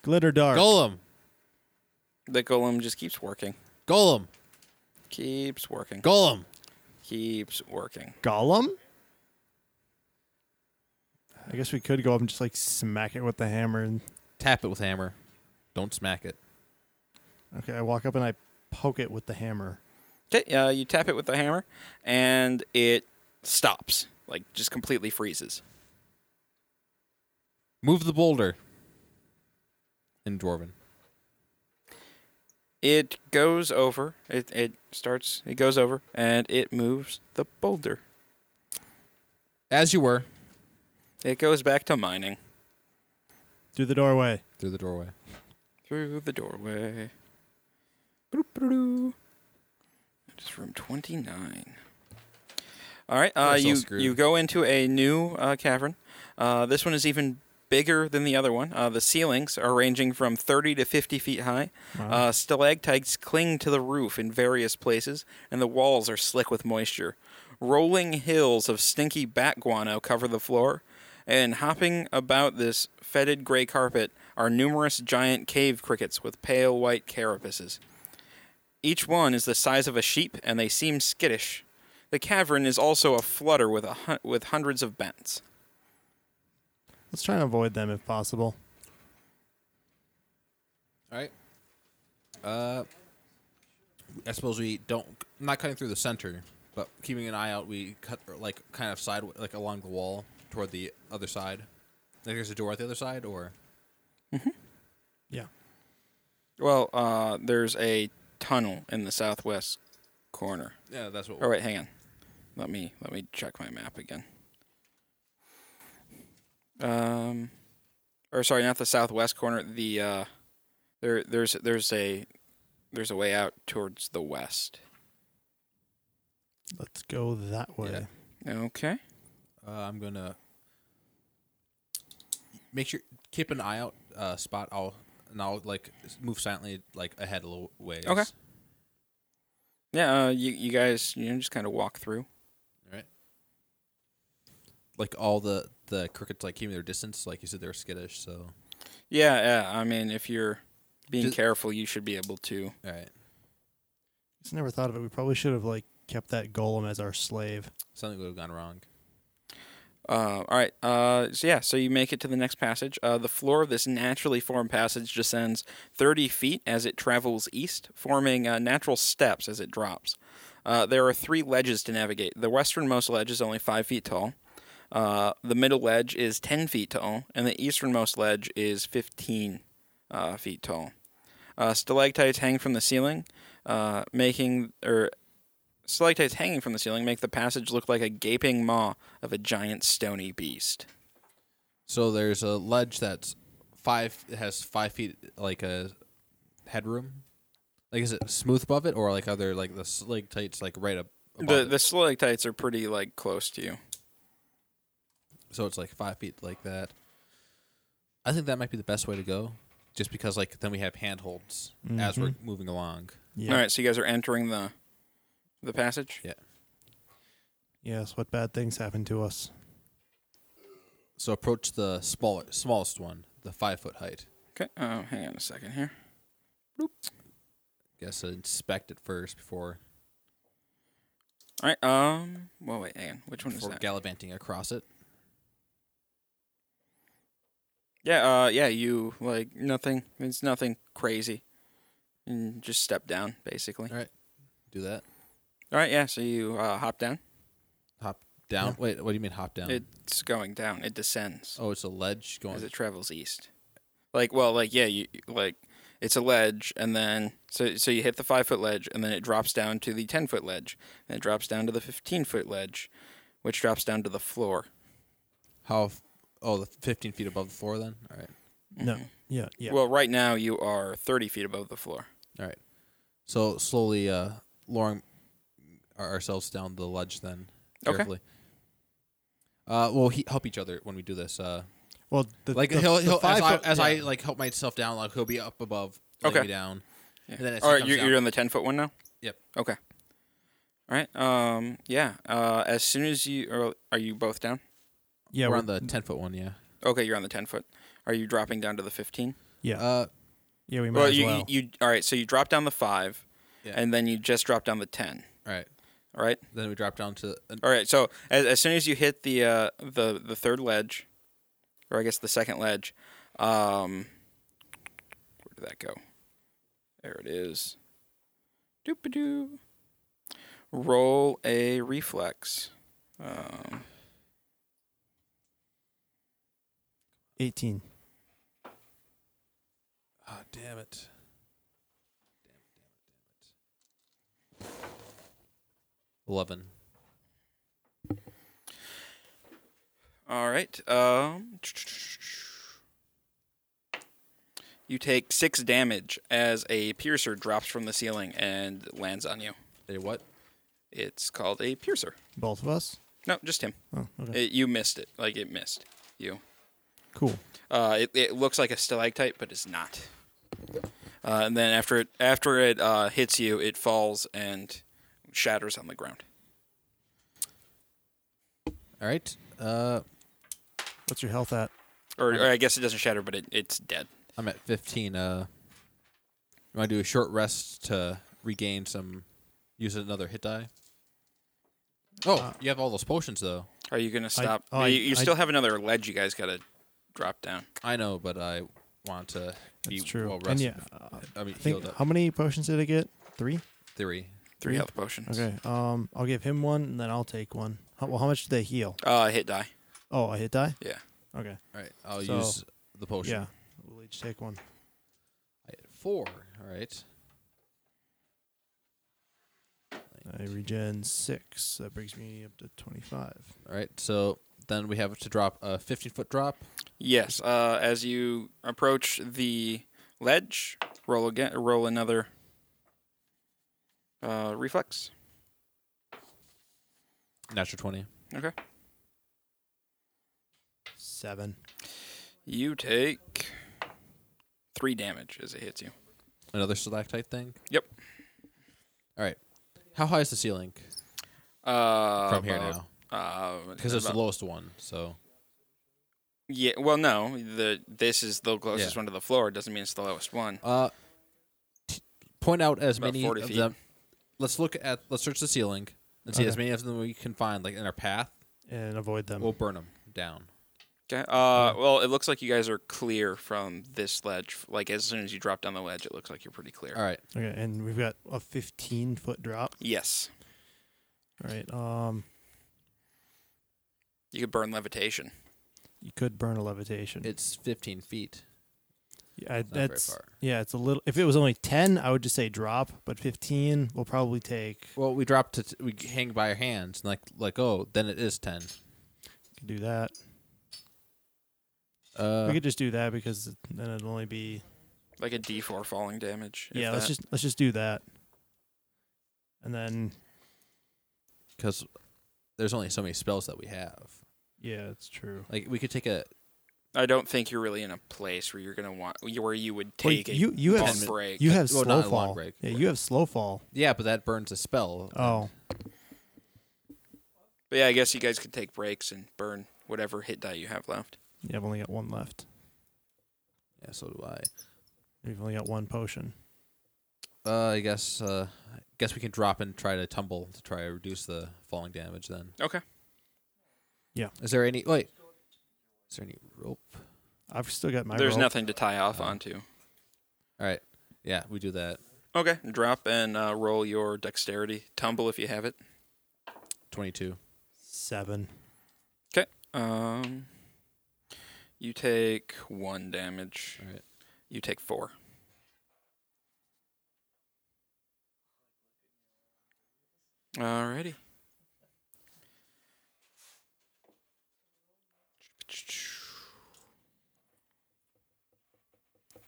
S5: Glitter dark.
S2: Golem.
S1: The golem just keeps working.
S2: Golem.
S1: Keeps working.
S2: Golem.
S1: Keeps working.
S5: Gollum? I guess we could go up and just like smack it with the hammer and
S2: Tap it with hammer. Don't smack it.
S5: okay, I walk up and I poke it with the hammer.
S1: Okay, uh, you tap it with the hammer, and it stops, like just completely freezes.
S2: Move the boulder. In Dwarven.
S1: It goes over. It it starts. It goes over, and it moves the boulder.
S2: As you were.
S1: It goes back to mining
S5: Through the doorway.
S2: Through the doorway.
S1: through the doorway. Boop-a-doo. It's room twenty nine. All right, uh,
S2: We're so
S1: you
S2: screwed.
S1: you go into a new uh, cavern. Uh, this one is even bigger than the other one. Uh, the ceilings are ranging from thirty to fifty feet high. Uh, stalactites cling to the roof in various places, and the walls are slick with moisture. Rolling hills of stinky bat guano cover the floor, and hopping about this fetid gray carpet are numerous giant cave crickets with pale white carapaces. Each one is the size of a sheep, and they seem skittish. The cavern is also aflutter with a hun- with hundreds of bats.
S5: Let's try and avoid them if possible.
S2: All right. Uh, I suppose we don't. Not cutting through the center, but keeping an eye out. We cut or, like kind of side, like along the wall toward the other side. Like there's a door at the other side, or
S5: Yeah.
S1: Well, uh, there's a tunnel in the southwest corner.
S2: yeah, that's what.
S1: Oh wait, hang on. Let me let me check my map again. Um, or sorry, not the southwest corner. The uh, there there's there's a there's a way out towards the west.
S5: Let's go that way.
S2: Yeah.
S1: Okay.
S2: Uh, I'm gonna make sure keep an eye out uh, spot. I'll and I'll like move silently like ahead a little ways.
S1: Okay. Yeah. Uh, you you guys you know just kind of walk through.
S2: Like all the the crickets like keeping their distance. Like you said, they're skittish. So
S1: Yeah. Yeah. I mean, if you're being
S2: Just-
S1: careful, you should be able to.
S2: all right,
S5: Just never thought of it. We probably should have like kept that golem as our slave.
S2: something would have gone wrong.
S1: Uh, all right. Uh, so yeah, so you make it to the next passage. Uh, the floor of this naturally formed passage descends 30 feet as it travels east, forming uh, natural steps as it drops. Uh, there are three ledges to navigate. The westernmost ledge is only five feet tall. Uh, the middle ledge is 10 feet tall, and the easternmost ledge is 15 uh, feet tall. Uh, stalactites hang from the ceiling, uh, making or stalactites hanging from the ceiling make the passage look like a gaping maw of a giant stony beast.
S2: So there's a ledge that's five it has five feet like a headroom. Like is it smooth above it or like other like the slig tights like right up above
S1: The
S2: it?
S1: the stalactites are pretty like close to you.
S2: so it's like five feet like that. I think that might be the best way to go. Just because like then we have handholds as we're
S1: Mm-hmm.
S2: moving along.
S5: Yeah.
S1: All right, so you guys are entering the the passage.
S5: Yes, what bad things happened to us?
S2: So approach the smaller smallest one, the five foot height.
S1: Okay. Oh, hang on a second here.
S2: Guess inspect it first before
S1: All right. Um. Well, wait. Hang on. Which one is
S2: before
S1: that?
S2: gallivanting across it.
S1: yeah. Uh. Yeah. You like nothing. It's nothing crazy. And just step down, basically.
S2: All right. Do that.
S1: All right. Yeah. So you uh, hop down.
S2: Down.
S5: Yeah.
S2: Wait, what do you mean hop down?
S1: It's going down. It descends
S2: oh, it's a ledge going
S1: as it travels east. Like, well, like yeah, you like it's a ledge, and then so so you hit the five foot ledge, and then it drops down to the ten foot ledge, and it drops down to the fifteen foot ledge, which drops down to the floor.
S2: How? f- Oh, the 15 feet above the floor. Then. All right. Mm-hmm.
S5: No. Yeah, yeah.
S1: Well, right now you are thirty feet above the floor.
S2: All right. So slowly uh, lowering our- ourselves down the ledge. Then.
S1: Okay.
S2: Carefully. Uh, we'll he- help each other when we do this. Uh,
S5: well, the,
S2: like
S5: the,
S2: he'll,
S5: the
S2: he'll as,
S5: five
S2: I,
S5: foot-
S2: as
S5: yeah.
S2: I like help myself down, like he'll be up above, letting
S1: Okay.
S2: me down.
S1: Yeah.
S2: And then as he
S1: All right,
S2: comes
S1: you're,
S2: down-
S1: you're on the ten foot one now.
S2: Yep.
S1: Okay. All right. Um. Yeah. Uh. As soon as you are, are you both down?
S5: yeah,
S2: we're
S5: we're-
S2: on the 10 foot one. Yeah.
S1: Okay, you're on the ten foot. Are you dropping down to the fifteen?
S5: yeah,
S2: Uh,
S5: yeah, we might
S1: Well,
S5: as
S1: you,
S5: well.
S1: you you all right? So you drop down the five,
S2: Yeah.
S1: and then you just drop down the ten.
S2: all right.
S1: All right.
S2: Then we drop down to.
S1: All right. So as, as soon as you hit the uh, the the third ledge, or I guess the second ledge, um, where did that go? There it is. Doop-a-doo. Roll a reflex. Um,
S5: 18.
S2: Oh, damn it. Eleven.
S1: all right. Um, you take six damage as a piercer drops from the ceiling and lands on you.
S2: Hey, what?
S1: It's called a piercer.
S5: Both of us?
S1: No, just him.
S5: Oh, okay.
S1: It, you missed it. Like it missed you.
S5: cool.
S1: Uh, it, it looks like a stalactite, but it's not. Uh, and then after it after it uh, hits you, it falls and shatters on the ground.
S2: All right. Uh,
S5: What's your health at?
S1: Or, or I guess it doesn't shatter, but it, it's dead.
S2: I'm at 15. Uh, I'm gonna do a short rest to regain some, use another hit die. Oh,
S5: Uh,
S2: you have all those potions though.
S1: Are you gonna stop?
S5: oh, I-
S1: you you
S5: I-
S1: still have another ledge. You guys gotta drop down.
S2: I know, but I want to be
S5: That's true.
S2: well
S5: and
S2: rested.
S5: yeah, uh,
S2: I mean,
S5: I think
S2: healed up.
S5: how many potions did I get? Three.
S2: Three.
S1: Three health potions.
S5: Okay. Um, I'll give him one, and then I'll take one. How, well, how much did they heal?
S1: Uh, hit die.
S5: Oh, I hit die.
S1: Yeah.
S5: Okay.
S2: All right, I'll
S5: So-
S2: use the potion.
S5: Yeah. We'll each take one.
S2: I had four. All right.
S5: I regen six. That brings me up to twenty-five.
S2: All right. So then we have to drop a 15 foot drop.
S1: Yes. Uh, as you approach the ledge, roll again. Roll another. Uh, reflex.
S2: Natural 20.
S1: Okay.
S5: Seven.
S1: You take three damage as it hits you.
S2: Another stalactite thing.
S1: Yep.
S2: All right. How high is the ceiling
S1: Uh,
S2: from here
S1: about-
S2: now?
S1: Uh,
S2: Because it's the
S1: about-
S2: lowest one. So
S1: Yeah. Well, no. The this is the closest
S2: Yeah.
S1: one to the floor. It doesn't mean it's the lowest one.
S2: uh, t- point out as
S1: About
S2: many
S1: 40
S2: of
S1: feet.
S2: them. Let's look at. Let's search the ceiling and see as
S5: Okay. Um,
S2: many of them we can find, like in our path.
S5: And avoid them.
S2: We'll burn them down.
S1: Okay. Uh,
S2: Mm-hmm.
S1: well, it looks like you guys are clear from this ledge. Like as soon as you drop down the ledge, it looks like you're pretty clear.
S2: All right.
S5: Okay. And we've got a fifteen-foot drop.
S1: Yes.
S5: All right. Um,
S1: You could burn levitation.
S5: you could burn a levitation.
S2: It's 15 feet.
S5: Yeah, I,
S2: Not very
S5: that's
S2: far.
S5: yeah. It's a little. If it was only ten, I would just say drop. But fifteen, we'll probably take.
S2: Well, we drop to t- we hang by our hands and like like oh, then it is 10.
S5: Could do that.
S2: Uh,
S5: we could just do that because then it'd only be.
S1: Like a D4 falling damage. if
S5: Yeah. Let's
S1: that-
S5: just let's just do that. And then
S2: because there's only so many spells that we have.
S5: yeah, it's true.
S2: Like we could take a
S1: I don't think you're really in a place where you're gonna want where you would
S5: Well,
S1: take
S5: you
S1: a
S5: you
S1: long
S5: have
S2: ten-
S1: break.
S5: you have
S2: well,
S5: slow
S2: not a long
S5: fall.
S2: break,
S5: yeah,
S2: but-
S5: you have slow fall.
S2: yeah, but that burns a spell.
S5: Oh,
S1: but yeah, I guess you guys could take breaks and burn whatever hit die you have left.
S5: yeah, I've only got one left.
S2: yeah, so do I.
S5: We've only got one potion.
S2: Uh, I guess uh, I guess we can drop and try to tumble to try to reduce the falling damage. Then
S1: Okay.
S2: is there any wait? Is there any rope?
S5: I've still got my.
S1: There's
S5: rope.
S1: nothing to tie off
S2: Uh,
S1: onto.
S2: All right, yeah, we do that.
S1: Okay. Drop and uh, roll your dexterity tumble if you have it.
S2: Twenty-two.
S5: Seven.
S1: Um. You take one damage.
S2: All right.
S1: You take four. Alrighty.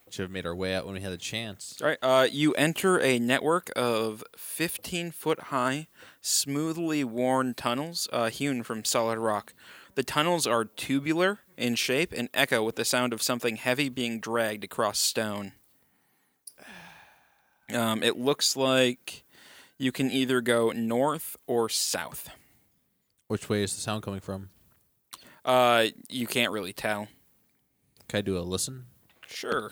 S2: Should have made our way out when we had the chance.
S1: All right. Uh, you enter a network of 15 foot high, smoothly worn tunnels uh, hewn from solid rock. The tunnels are tubular in shape and echo with the sound of something heavy being dragged across stone. Um, it looks like you can either go north or south.
S2: Which way is the sound coming from?
S1: Uh, you can't really tell.
S2: Can I do a listen?
S1: Sure.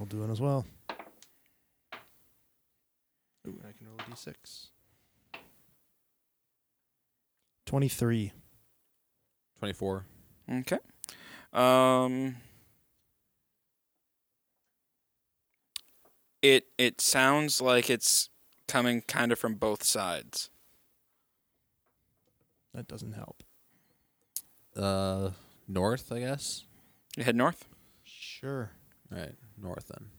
S5: I'll do it as well. Ooh, and I can roll a d6. 23.
S2: Twenty-four.
S1: Okay. Um It it sounds like it's coming kind of from both sides.
S5: That doesn't help.
S2: Uh, north, I guess.
S1: You head north?
S5: Sure.
S2: All right, north then.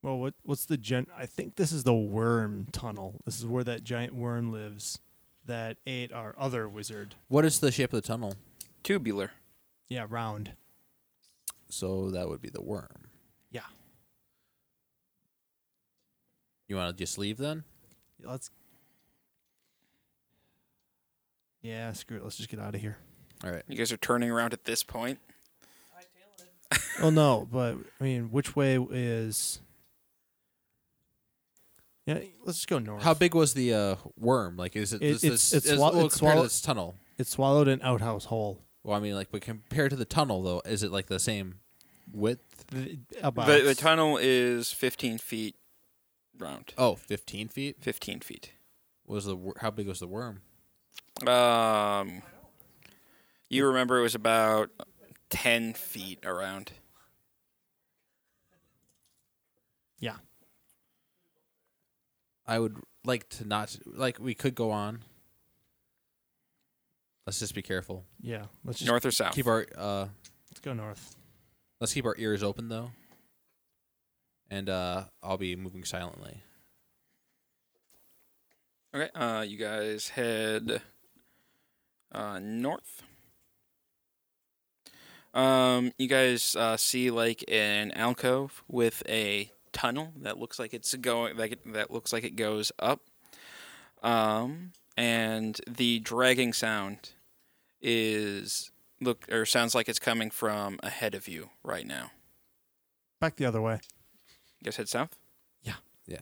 S5: Well, what what's the gen? I think this is the worm tunnel. This is where that giant worm lives that ate our other wizard.
S2: What is the shape of the tunnel?
S1: Tubular.
S5: Yeah, round.
S2: So that would be the worm.
S5: Yeah.
S2: You want to just leave then?
S5: Let's. Yeah, screw it. Let's just get out of here.
S2: All right.
S1: You guys are turning around at this point.
S5: Well, Oh, no, but I mean, which way is? Yeah, let's just go north.
S2: How big was the uh, worm? Like, is it?
S5: It-
S2: is
S5: it's-
S2: this,
S5: it's
S2: is,
S5: swal-
S2: well, compared
S5: it's
S2: to
S5: swallow-
S2: this tunnel.
S5: It swallowed an outhouse hole.
S2: Well, I mean, like, but compared to the tunnel though, is it like the same width?
S5: The, about
S1: The the tunnel is 15 feet round.
S2: Oh, 15 feet
S1: 15 feet.
S2: was the wor- how big was the worm?
S1: Um, you remember it was about ten feet around.
S5: Yeah.
S2: I would like to not like we could go on. Let's just be careful.
S5: Yeah. Let's just
S1: North or south?
S2: Keep our uh
S5: let's go north.
S2: let's keep our ears open though. And uh I'll be moving silently.
S1: Okay, uh, you guys head uh, north. Um, you guys uh, see like an alcove with a tunnel that looks like it's going like it, that looks like it goes up. Um, and the dragging sound is look or sounds like it's coming from ahead of you right now.
S5: Back the other way.
S1: You guys head south.
S2: Yeah.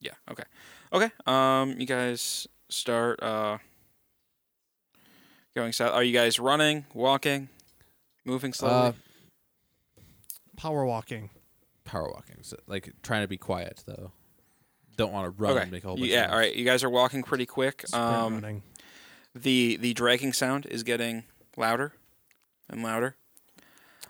S1: Yeah. Okay. Okay. Um, you guys start uh going south. Are you guys running, walking, moving slowly?
S2: Uh,
S5: Power walking.
S2: power walking. So, like trying to be quiet though. Don't want to run
S1: okay.
S2: and make a whole
S1: You-
S2: bunch
S1: yeah.
S2: of
S1: All right. You guys are walking pretty quick.
S5: Sprint
S1: Um,
S5: running.
S1: the the dragging sound is getting louder and louder.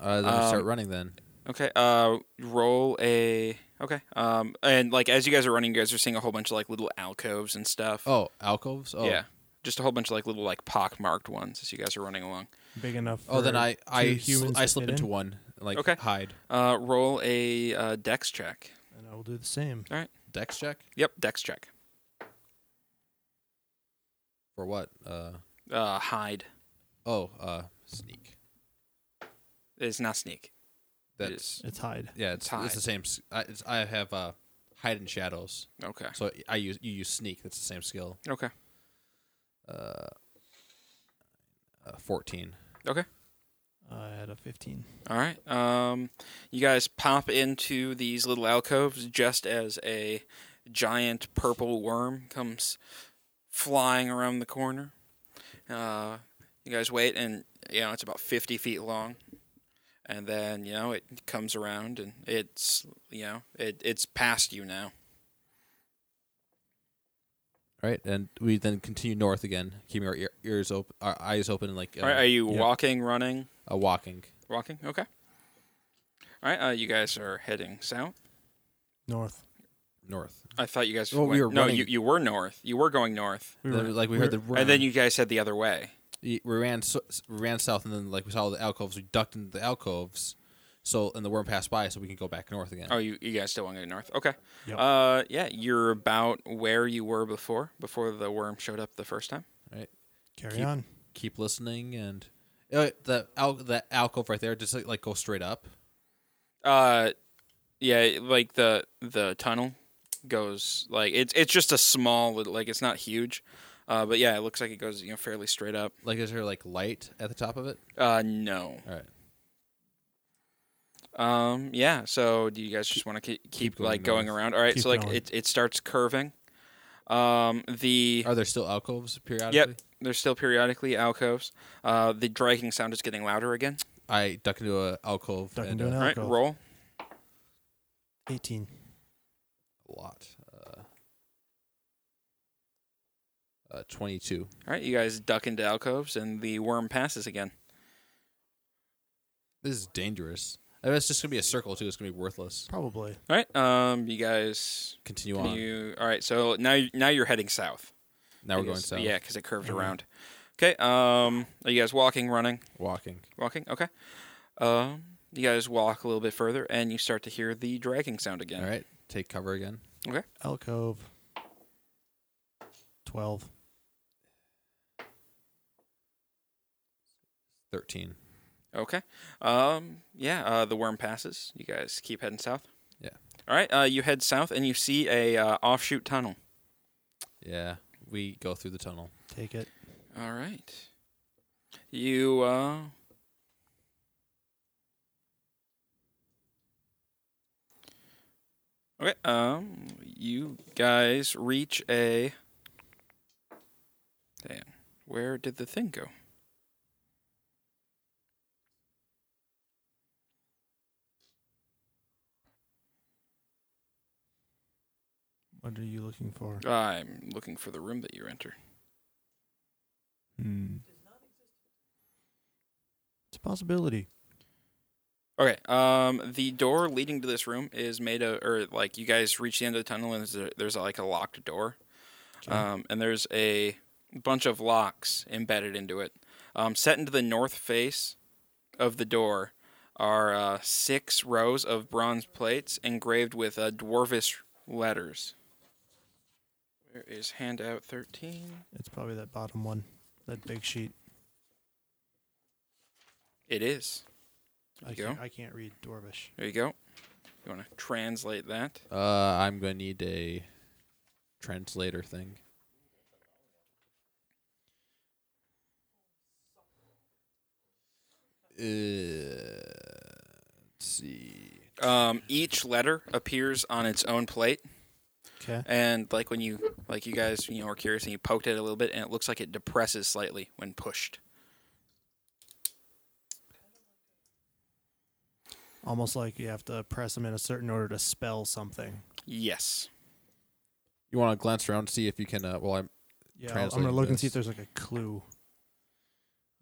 S2: noise. Uh, then we start
S1: Um,
S2: running then.
S1: Okay. Uh, roll a. Okay. Um, and like as you guys are running, you guys are seeing a whole bunch of like little alcoves and stuff.
S2: Oh, alcoves? Oh.
S1: Yeah. Just a whole bunch of like little like pockmarked ones as you guys are running along.
S5: Big enough.
S2: Oh, then
S5: for
S2: I I,
S5: two
S2: sl-
S5: humans
S2: I
S5: to
S2: slip
S5: fit
S2: into
S5: in,
S2: one like
S1: Okay.
S2: hide.
S1: Uh, roll a uh, dex check.
S5: And I will do the same.
S2: Dex check
S1: Yep, dex check.
S2: for what? Uh
S1: uh, hide.
S2: oh, uh sneak.
S1: It's not sneak.
S2: That's
S1: It's-
S5: It's hide.
S2: yeah, it's
S1: hide.
S2: it's the same. s- I, it's, I have uh hide and shadows.
S1: okay.
S2: So I use you use sneak. That's the same skill.
S1: Okay.
S2: Uh, uh fourteen.
S5: I had a 15.
S1: All right. Um, you guys pop into these little alcoves just as a giant purple worm comes flying around the corner. Uh, you guys wait, and you know it's about fifty feet long, and then you know it comes around, and it's you know it it's past you now.
S2: All right, and we then continue north again, keeping our ear, ears open, our eyes open, and like uh,
S1: All right. Are you
S5: yeah.
S1: walking, running?
S2: uh, walking
S1: Walking. Okay. All right. Uh, you guys are heading south.
S5: North.
S2: north.
S1: I thought you guys.
S2: Well, we
S1: went-
S2: were
S1: no,
S2: running.
S1: you, you were north. You were going north,
S5: We
S2: Then, like we heard the
S1: and then you guys head the other way.
S2: we we ran so, we ran south, and then like we saw the alcoves, we ducked into the alcoves, so and the worm passed by, so we can go back north again.
S1: Oh, you, you guys still want to go north? Okay.
S5: Yep.
S1: Uh, yeah, you're about where you were before before the worm showed up the first time.
S5: Carry
S2: keep-
S5: on.
S2: Keep listening, and uh, the al- the alcove right there, just like, like go straight up.
S1: Uh, yeah, like the the tunnel goes like it's it's just a small little- like it's not huge, uh, but yeah, it looks like it goes you know fairly straight up.
S2: Like is there like light at the top of it?
S1: Uh, no.
S2: All right.
S1: Um, yeah. So do you guys just want to keep, keep,
S2: going
S1: like going
S2: north.
S1: around? All right.
S5: Keep
S1: so like
S5: going.
S1: it it starts curving. Um, the
S2: Are there still alcoves periodically?
S1: There's still periodically alcoves. Uh, the dragging sound is getting louder again.
S2: I duck into a alcove.
S5: Duck
S2: and,
S5: into an
S2: uh,
S1: All right,
S5: alcove.
S1: roll.
S5: 18.
S2: a lot. Uh, uh, 22.
S1: All right, you guys duck into alcoves, and the worm passes again.
S2: This is dangerous. I mean, it's just gonna be a circle too. It's gonna be worthless.
S5: Probably.
S1: All right, um, you guys.
S2: Continue on.
S1: You, all right, so now now you're heading south.
S2: now we're
S1: I
S2: going
S1: guess.
S2: south. Mm-hmm.
S1: Yeah, because it curved
S5: Mhm.
S1: around. Okay. Um, are you guys walking, running,
S2: Walking.
S1: walking? Okay. Um, you guys walk a little bit further, and you start to hear the dragging sound again.
S2: All right. Take cover again.
S5: Alcove. 12.
S2: 13.
S1: Okay. Um. Yeah. Uh. The worm passes. You guys keep heading south.
S2: Yeah.
S1: All right. Uh. You head south and you see a uh, offshoot tunnel.
S2: Yeah. We go through the tunnel.
S5: Take it.
S1: All right. You uh. Okay. Um. You guys reach a. Damn. Where did the thing go?
S5: What are you looking for?
S1: I'm looking for the room that you enter.
S5: Hmm. It's a possibility.
S1: Okay. Um, the door leading to this room is made of, or like you guys reach the end of the tunnel and there's, a, there's like a locked door.
S5: Okay.
S2: Uh,
S1: Um, and there's a bunch of locks embedded into it. Um, set into the north face of the door are uh, six rows of bronze plates engraved with uh, dwarvish letters. Where is handout 13?
S5: It's probably that bottom one, that big sheet.
S1: It is.
S5: I
S1: you
S5: can't,
S1: go.
S5: I can't read Dwarvish.
S1: There you go. You want to translate that?
S2: Uh, I'm gonna need a translator thing. Uh, let's see.
S1: Um, each letter appears on its own plate.
S5: Okay.
S1: and like when you like you guys you know are curious and you poked at it a little bit and it looks like it depresses slightly when pushed
S5: Almost like you have to press them in a certain order to spell something.
S1: yes
S2: You want to glance around, see if you can. Uh, well, I'm
S5: Yeah, I'll- I'm
S2: Translating
S5: gonna look and see
S2: this.
S5: if there's like a clue.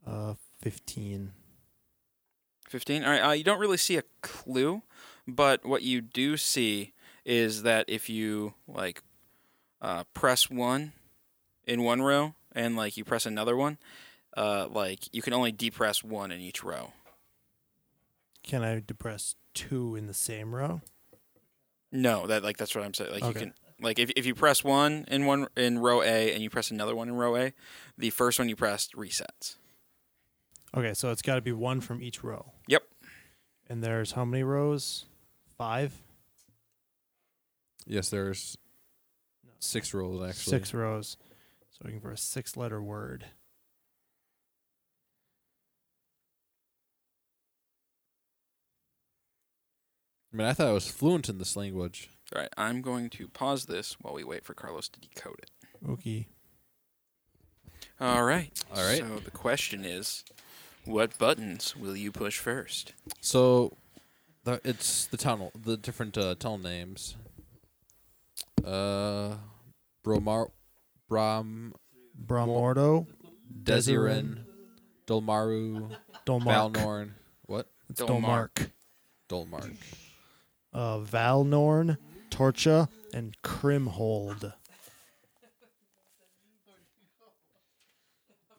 S5: Uh, fifteen.
S1: 15 all right uh, you don't really see a clue but what you do see is that if you like uh, press one in one row and like you press another one uh, like you can only depress one in each row
S5: Can I depress two in the same row?
S1: no that like that's what i'm saying like
S5: Okay.
S1: you can like if, if you press one in one in row a and you press another one in row a the first one you pressed resets
S5: Okay, so it's got to be one from each row.
S1: Yep.
S5: And there's how many rows? Five.
S2: yes. There's
S5: No.
S2: six rolls actually.
S5: Six rows. So looking for a six-letter word.
S2: I mean, I thought I was fluent in this language.
S1: All right, I'm going to pause this while we wait for Carlos to decode it.
S5: Okay.
S1: All right.
S2: All right.
S1: So the question is, what buttons will you push first?
S2: So, the, it's the tunnel, the different uh, tunnel names. Uh, Bromar, Brom,
S5: Bramordo,
S2: Desirin, Dolmaru,
S5: Dolmark.
S2: Valnorn. What?
S5: It's Dolmark.
S2: Dolmark.
S5: Uh, Valnorn, Torcha, and Crimhold.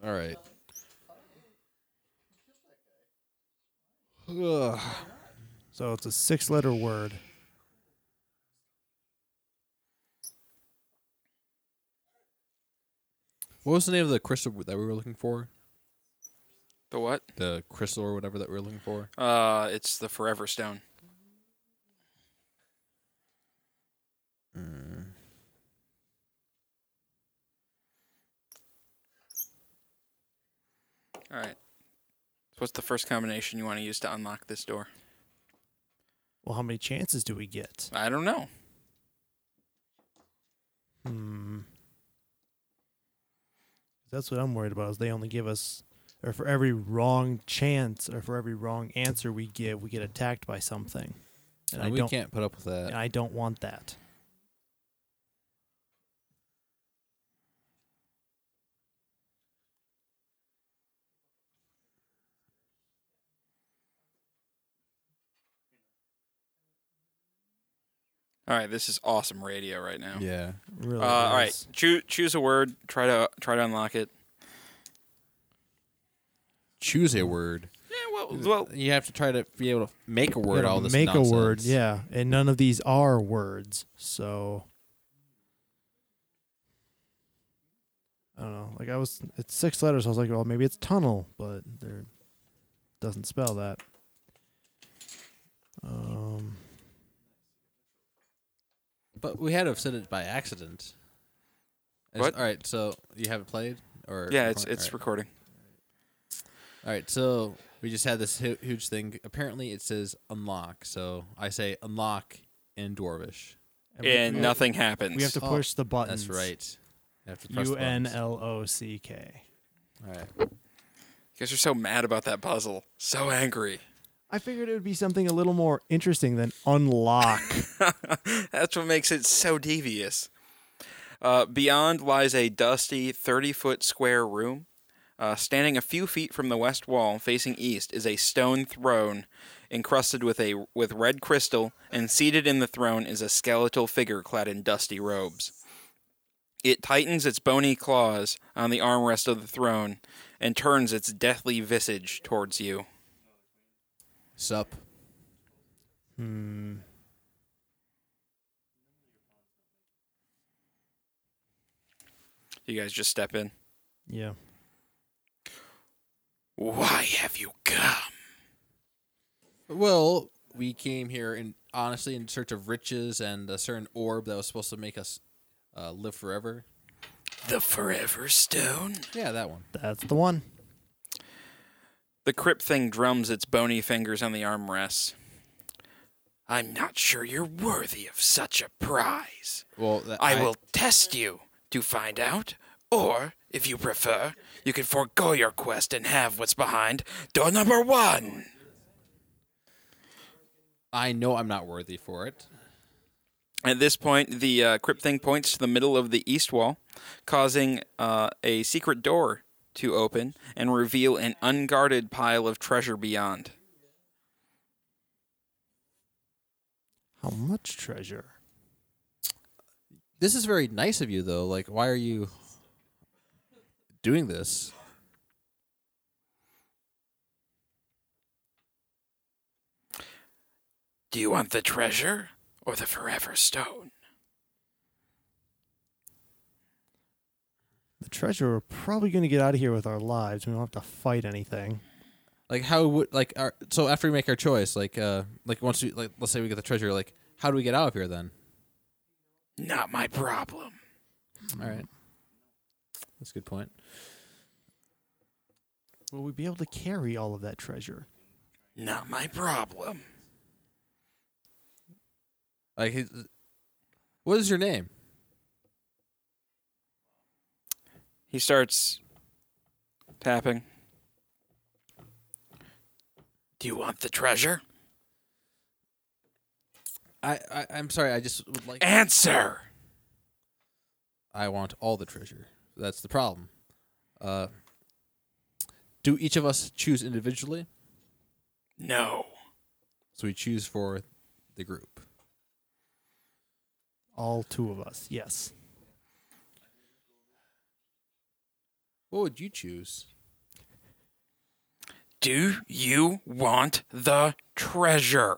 S2: All right. Ugh.
S5: So it's a six-letter word.
S2: What was the name of the crystal that we were looking for?
S1: The what?
S2: The crystal or whatever that we were looking for?
S1: Uh, it's the Forever Stone. All right. So what's the first combination you want to use to unlock this door?
S5: Well, how many chances do we get?
S1: I don't know.
S5: Hmm. That's what I'm worried about. Is they only give us, or for every wrong chance, or for every wrong answer we give, we get attacked by something, and,
S2: And
S5: I
S2: Uh, we
S5: don't.
S2: can't put up with that.
S5: And I don't want that.
S1: All right, this is awesome radio right now.
S2: Yeah.
S5: Really.
S1: Uh, all right,
S5: is.
S1: choose choose a word. Try to try to unlock it.
S2: Choose a word.
S1: Yeah, well, well
S2: You have to try to be able to make a
S5: You
S2: word.
S5: gotta
S2: All this
S5: make
S2: nonsense.
S5: a word, yeah. And none of these are words, so I don't know. Like I was, it's six letters. I was like, well, maybe it's tunnel, but there doesn't spell that. Um,
S2: But we had to have said it by accident. It's-
S1: What?
S2: All right, so you haven't played, or
S1: yeah, it's
S2: recording?
S1: it's
S2: all right.
S1: recording.
S2: all right. So we just had this hu- huge thing. Apparently, it says unlock. So I say unlock in Dwarvish.
S5: we-
S1: and
S5: we-
S1: nothing happens.
S5: We have to
S2: Oh,
S5: push the buttons.
S2: That's right. You have to press the
S5: U N
S2: buttons.
S5: L O C K.
S2: All right.
S1: You guys are so mad about that puzzle. So angry.
S5: I figured it would be something a little more interesting than unlock.
S1: That's what makes it so devious. Uh, beyond lies a dusty 30 foot square room. Uh, standing a few feet from the west wall, facing east, is a stone throne encrusted with a with red crystal, and seated in the throne is a skeletal figure clad in dusty robes. It tightens its bony claws on the armrest of the throne and turns its deathly visage towards you.
S2: Sup.
S5: Hmm.
S1: You guys just step in.
S5: Yeah.
S1: Why have you come?
S2: Well, we came here in honestly in search of riches and a certain orb that was supposed to make us uh, live forever.
S1: The Forever Stone?
S2: Yeah, that one.
S5: That's the one.
S1: The crypt thing drums its bony fingers on the armrests. I'm not sure you're worthy of such a prize.
S2: Well, that,
S1: I will test you to find out, or, if you prefer, you can forego your quest and have what's behind door number one.
S2: I know I'm not worthy for it.
S1: At this point, the uh, crypt thing points to the middle of the east wall, causing uh, a secret door to open and reveal an unguarded pile of treasure beyond.
S5: How much treasure?
S2: This is very nice of you, though. Like, why are you doing this?
S1: Do you want the treasure or the forever stone?
S5: The treasure. We're probably going to get out of here with our lives. We don't have to fight anything.
S2: Like, how would like our so after we make our choice, like, uh, like once we like let's say we get the treasure, like, how do we get out of here then?
S1: Not my problem.
S2: All right, that's a good point.
S5: Will we be able to carry all of that treasure?
S1: Not my problem.
S2: Like, he- what is your name?
S1: He starts tapping. Do you want the treasure?
S2: I, I I'm sorry. I just would like
S1: Answer!
S2: I want all the treasure. That's the problem. Uh, do each of us choose individually?
S1: No.
S2: So we choose for the group.
S5: All two of us. Yes.
S2: What would you choose?
S1: Do you want the treasure?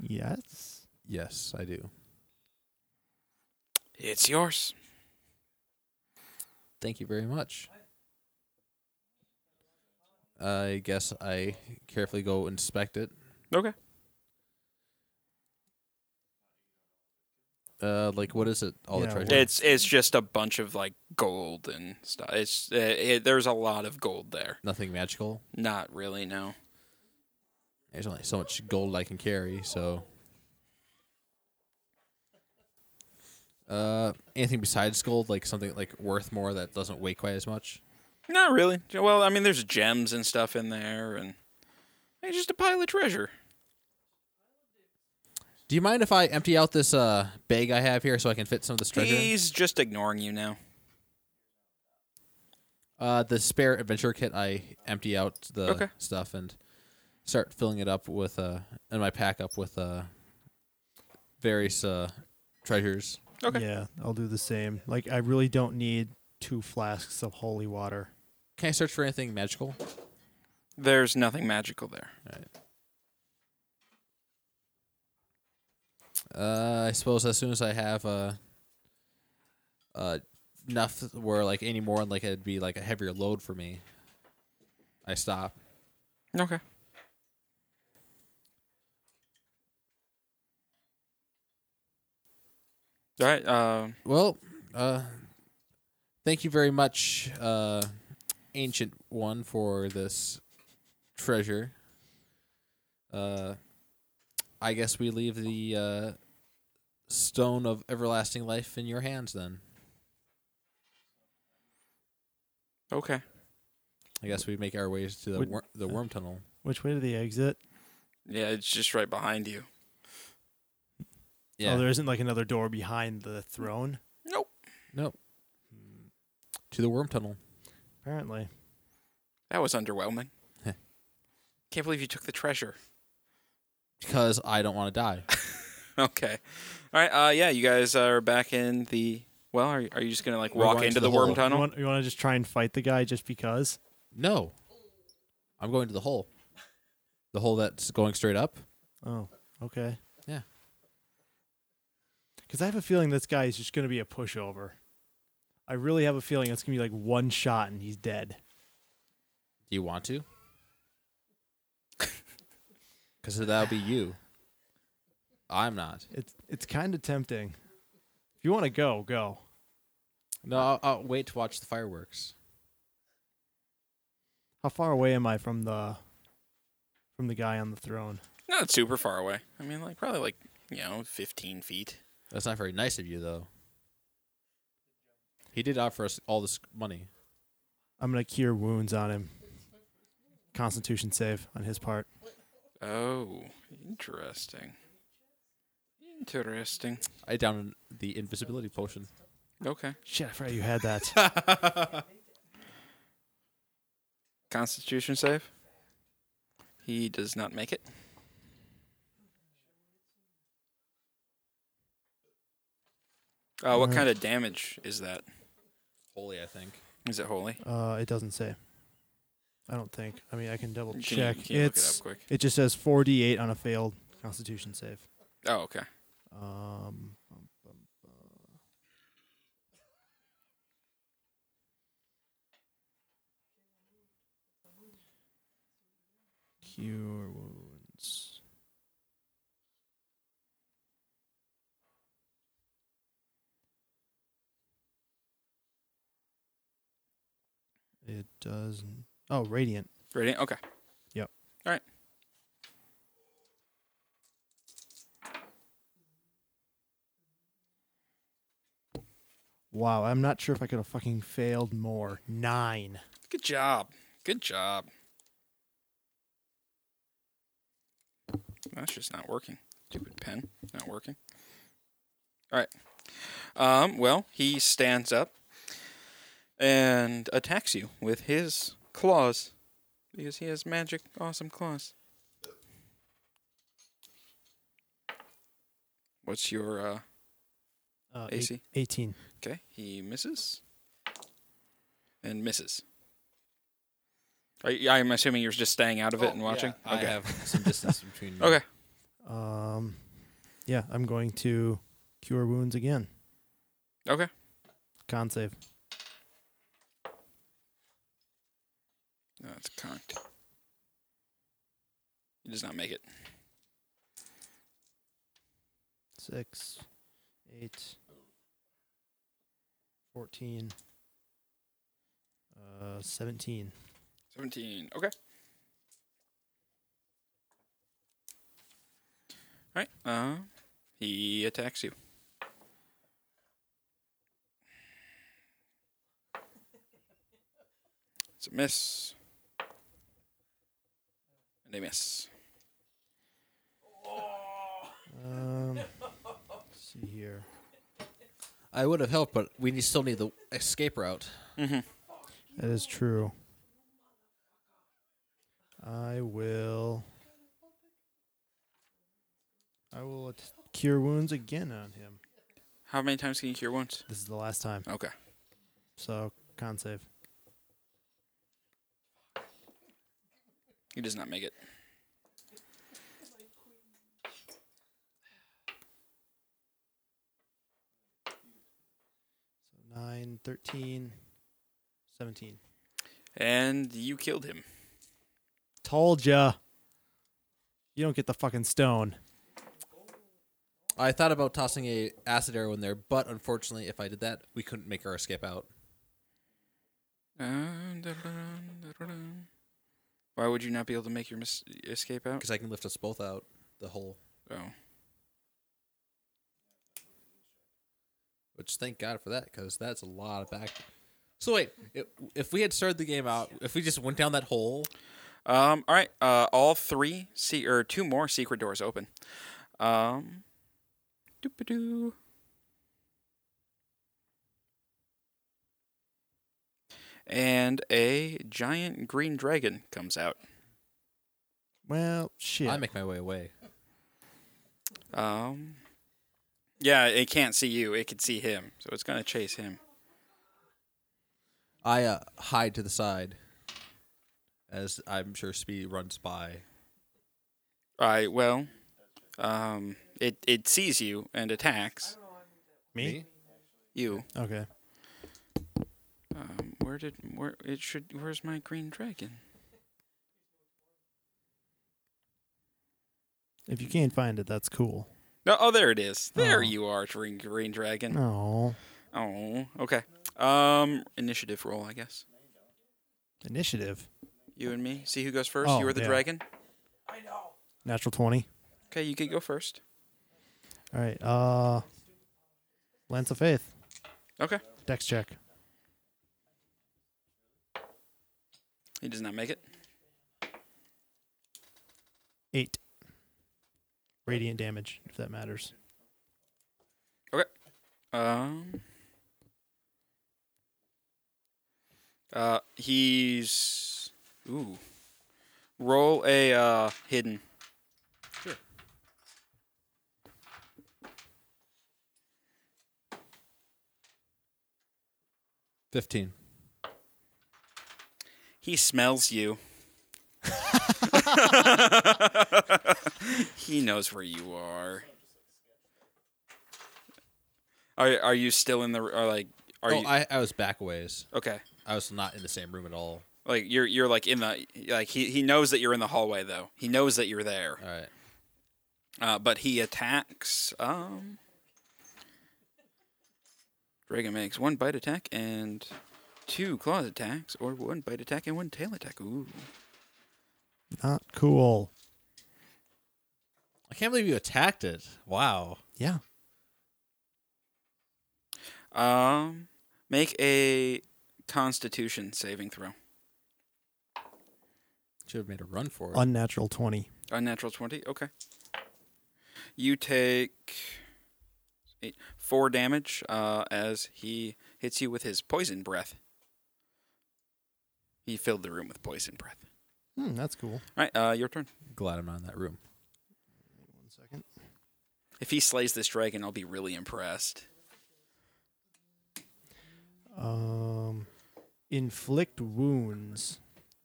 S5: Yes.
S2: Yes, I do.
S1: It's yours.
S2: Thank you very much. I guess I carefully go inspect it.
S1: Okay.
S2: Uh, like what is it? All
S5: Yeah,
S2: the treasure.
S5: what-
S1: It's it's just a bunch of like gold and stuff. It's uh it, there's a lot of gold there.
S2: Nothing magical.
S1: Not really, no.
S2: There's only so much gold I can carry. So, uh, anything besides gold, like something like worth more that doesn't weigh quite as much.
S1: Not really. Well, I mean, there's gems and stuff in there, and it's just a pile of treasure.
S2: Do you mind if I empty out this uh bag I have here so I can fit some of this treasure? in?
S1: He's just ignoring you now.
S2: Uh, the spare adventure kit, I empty out the
S1: Okay.
S2: stuff and start filling it up with uh, and my pack up with uh, various uh treasures.
S1: Okay.
S5: Yeah, I'll do the same. Like, I really don't need two flasks of holy water.
S2: Can I search for anything magical?
S1: There's nothing magical there.
S2: Uh, I suppose as soon as I have uh, uh, enough where like any more like it'd be like a heavier load for me, I stop.
S1: Okay. All right. Um,
S2: Well, uh, thank you very much, uh, ancient one, for this treasure. Uh, I guess we leave the uh, stone of everlasting life in your hands. Then
S1: okay.
S2: I guess we make our ways to the
S5: Would-
S2: wor- the worm tunnel.
S5: Which way did they exit? Oh,
S1: Yeah, it's just right behind you.
S2: Yeah.
S5: Oh, there isn't like another door behind the throne.
S1: Nope.
S2: nope. To the worm tunnel.
S5: Apparently,
S1: That was underwhelming. Can't believe you took the treasure.
S2: Because I don't want to die.
S1: Okay. All right. Uh, yeah, you guys are back in the. Well, are, are you just gonna like
S2: We're
S1: walk
S2: going
S1: into
S2: to
S1: the,
S2: the
S1: worm
S2: hole.
S5: you
S1: tunnel?
S5: want, you want to just try and fight the guy just because?
S2: No. I'm going to the hole. The hole that's going straight up.
S5: Oh, okay.
S2: Yeah.
S5: Because I have a feeling this guy is just going to be a pushover. I really have a feeling it's going to be like one shot and he's dead.
S2: Do you want to? Because that'll be you. I'm not.
S5: It's it's kind of tempting. If you want to go, go.
S2: No, I'll, I'll wait to watch the fireworks.
S5: How far away am I from the from the guy on the throne?
S1: Not super far away. I mean, like probably like you know, fifteen feet.
S2: That's not very nice of you, though. He did offer us all this money.
S5: I'm going to cure wounds on him. Constitution save on his part.
S1: Oh, interesting. Interesting.
S2: I downed the invisibility potion.
S1: Okay.
S5: Shit, I forgot you had that.
S1: Constitution save. He does not make it. Uh, what
S5: Alright.
S1: kind of damage is that?
S2: Holy, I think.
S1: Is it holy?
S5: Uh, it doesn't say. I don't think. I mean, I can double
S1: Can you-
S5: check.
S1: can you look it
S5: it's
S1: up quick?
S5: it just says 4d8 on a failed Constitution save.
S1: Oh, okay.
S5: Um, bum, bum, bum. Cure wounds. It does. Oh, radiant.
S1: Radiant. Okay.
S5: Yep.
S1: All right.
S5: Wow, I'm not sure if I could have fucking failed more. Nine.
S1: Good job. Good job. That's just not working. Stupid pen. Not working. All right. Um, well, he stands up and attacks you with his claws because he has magic, awesome claws. What's your uh,
S5: Uh, eight-
S1: AC?
S5: 18.
S1: Okay, he misses and misses. Are you, I'm assuming you're just staying out of it and watching.
S2: Oh, I
S1: okay.
S2: have some distance between. me.
S1: Okay.
S5: Um, yeah, I'm going to cure wounds again.
S1: Okay.
S5: Con save.
S1: No, it's conked. He does not make it.
S5: Six, eight, 14, uh, 17.
S1: 17. Okay. All right. Uh, he attacks you. It's a miss. And a miss.
S5: Um, let's see here.
S2: I would have helped, but we need- still need the escape route.
S1: Mm-hmm.
S5: That is true. I will. I will at- cure wounds again on him.
S1: How many times can you cure wounds?
S5: This is the last time.
S1: Okay.
S5: So, con save.
S1: He does not make it.
S5: So 9, 13, 17.
S1: And you killed him.
S5: Told ya. You don't get the fucking stone.
S2: I thought about tossing a acid arrow in there, but unfortunately, if I did that, we couldn't make our escape out.
S1: Why would you not be able to make your mis- escape out?
S2: Because I can lift us both out the hole.
S1: Oh.
S2: Which thank God for that, because that's a lot of back. So wait, i- if we had started the game out, if we just went down that hole,
S1: Um, all right. Uh, all three, se- or two more secret doors open. Um, Doop-a-doo. And a giant green dragon comes out.
S5: Well, shit.
S2: I make my way away.
S1: Um, yeah, it can't see you. It can see him, so it's gonna chase him.
S2: I uh, hide to the side as I'm sure Speedy runs by.
S1: All right. Well, um, it it sees you and attacks
S5: Me?
S1: you.
S5: Okay.
S1: Um, where did where it should? Where's my green dragon?
S5: If you can't find it, that's cool.
S1: No, oh, there it is. There
S5: Oh.
S1: you are, green green dragon.
S5: Oh,
S1: Oh, okay. Um, initiative roll, I guess.
S5: initiative.
S1: You and me. See who goes first.
S5: Oh,
S1: you are the
S5: yeah.
S1: dragon.
S5: Natural 20.
S1: Okay, you can go first.
S5: All right. Uh, Lance of Faith.
S1: Okay.
S5: Dex check.
S1: He does not make it.
S5: Eight. Radiant damage, if that matters.
S1: Um. Uh, he's ooh. Roll a uh hidden.
S2: Sure. Fifteen.
S1: He smells you. he knows where you are. Are are you still in the or like are
S2: oh,
S1: you
S2: I, I was back a ways.
S1: okay?
S2: I was not in the same room at all.
S1: Like you're you're like in the like he he knows that you're in the hallway though. He knows that you're there.
S2: All right.
S1: Uh, but he attacks. Um, Dragon makes one bite attack and two claws attacks, or one bite attack and one tail attack. Ooh.
S5: Not cool.
S2: I can't believe you attacked it. Wow.
S5: Yeah.
S1: Um, make a Constitution saving throw.
S2: Should have made a run for it.
S5: Unnatural 20.
S1: Unnatural twenty. Okay. You take eight, four damage uh, as he hits you with his poison breath. He filled the room with poison breath.
S5: Hmm, that's cool.
S1: All right, uh, your turn.
S2: Glad I'm not in that room.
S5: One second.
S1: If he slays this dragon, I'll be really impressed.
S5: Um, inflict wounds.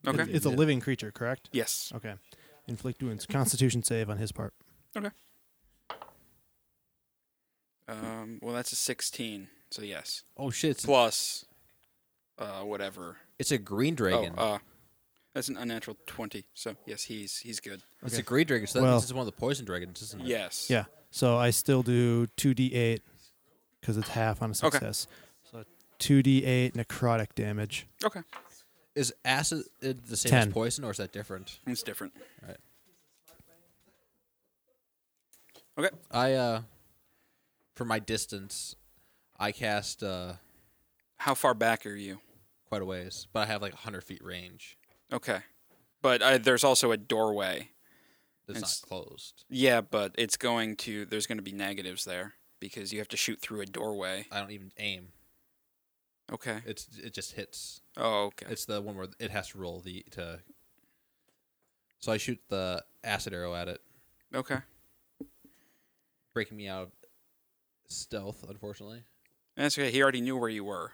S1: Okay.
S5: It- It's a living creature, correct?
S1: Yes.
S5: Okay. Inflict wounds. Constitution save on his part.
S1: Um, well, that's a 16. So yes.
S2: Oh shit! It's,
S1: Plus, uh, whatever.
S2: it's a green dragon.
S1: Oh, uh, that's an unnatural 20. So yes, he's he's good.
S2: It's
S5: okay.
S2: a green dragon. So that
S5: Well-
S2: means it's one of the poison dragons, isn't it?
S1: Yes.
S5: Yeah. So I still do 2d8 because it's half on a
S1: Okay.
S5: success. So 2d8 necrotic damage.
S1: Okay.
S2: Is acid uh, the same
S5: Ten.
S2: as poison, or is that different?
S1: It's different.
S2: I uh, for my distance, I cast uh
S1: How far back are you?
S2: quite a ways, but I have like hundred feet range.
S1: Okay. But uh, there's also a doorway.
S2: That's
S1: It's-
S2: not closed.
S1: Yeah, but it's going to. There's going to be negatives there because you have to shoot through a doorway.
S2: I don't even aim.
S1: Okay.
S2: It's it just hits.
S1: Oh, okay.
S2: It's the one where it has to roll the to. So I shoot the acid arrow at it,
S1: Okay.
S2: breaking me out of stealth. Unfortunately,
S1: That's okay. He already knew where you were.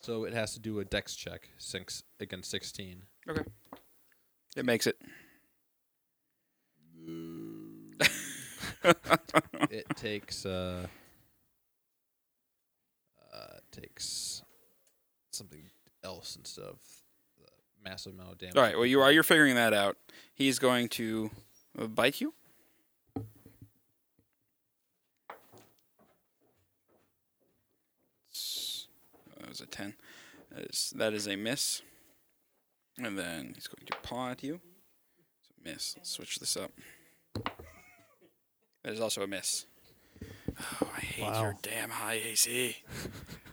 S2: so it has to do a dex check six against sixteen.
S1: It makes it.
S2: it takes uh, uh takes something else instead of the massive amount of damage.
S1: All right. Well, you are you're figuring that out. He's going to uh, bite you. S- That was a ten. That is, that is a miss. And then he's going to paw at you. It's a miss. Let's switch this up. That is also a miss. Oh, I hate your
S5: Wow.
S1: damn high AC.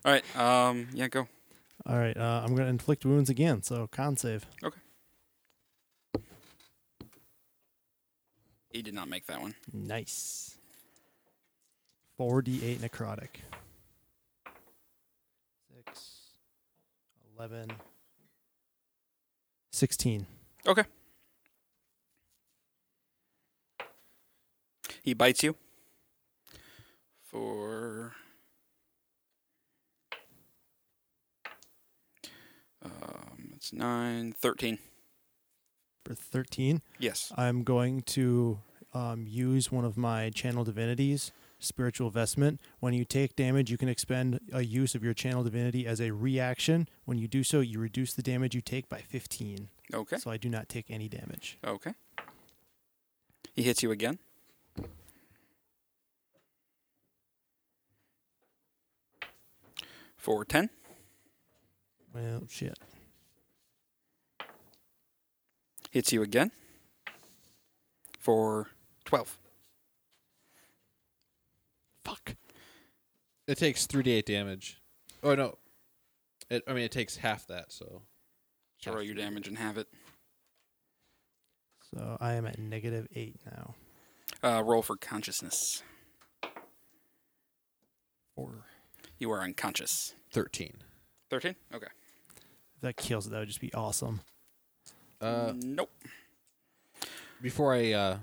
S1: All right. Um. Yeah. Go.
S5: All right. Uh, I'm going to inflict wounds again. So con save.
S1: He did not make that one.
S5: Nice. 4d8 necrotic. 6, 11, 16.
S1: Okay. He bites you for um, it's nine thirteen.
S5: For 13,
S1: Yes.
S5: I'm going to um, use one of my channel divinities, spiritual vestment. When you take damage, you can expend a use of your channel divinity as a reaction. When you do so, you reduce the damage you take by 15.
S1: Okay.
S5: So I do not take any damage.
S1: Okay. He hits you again. For ten.
S5: Well, shit.
S1: Hits you again. For twelve.
S5: Fuck.
S2: It takes three d eight damage. Oh no, it, I mean it takes half that. So
S1: So roll your damage and have it.
S5: So I am at negative 8 now.
S1: Uh, roll for consciousness.
S5: 4.
S1: You are unconscious.
S2: thirteen.
S1: 13? Okay.
S5: If that kills it, that would just be awesome.
S2: Uh,
S1: nope.
S2: before I uh,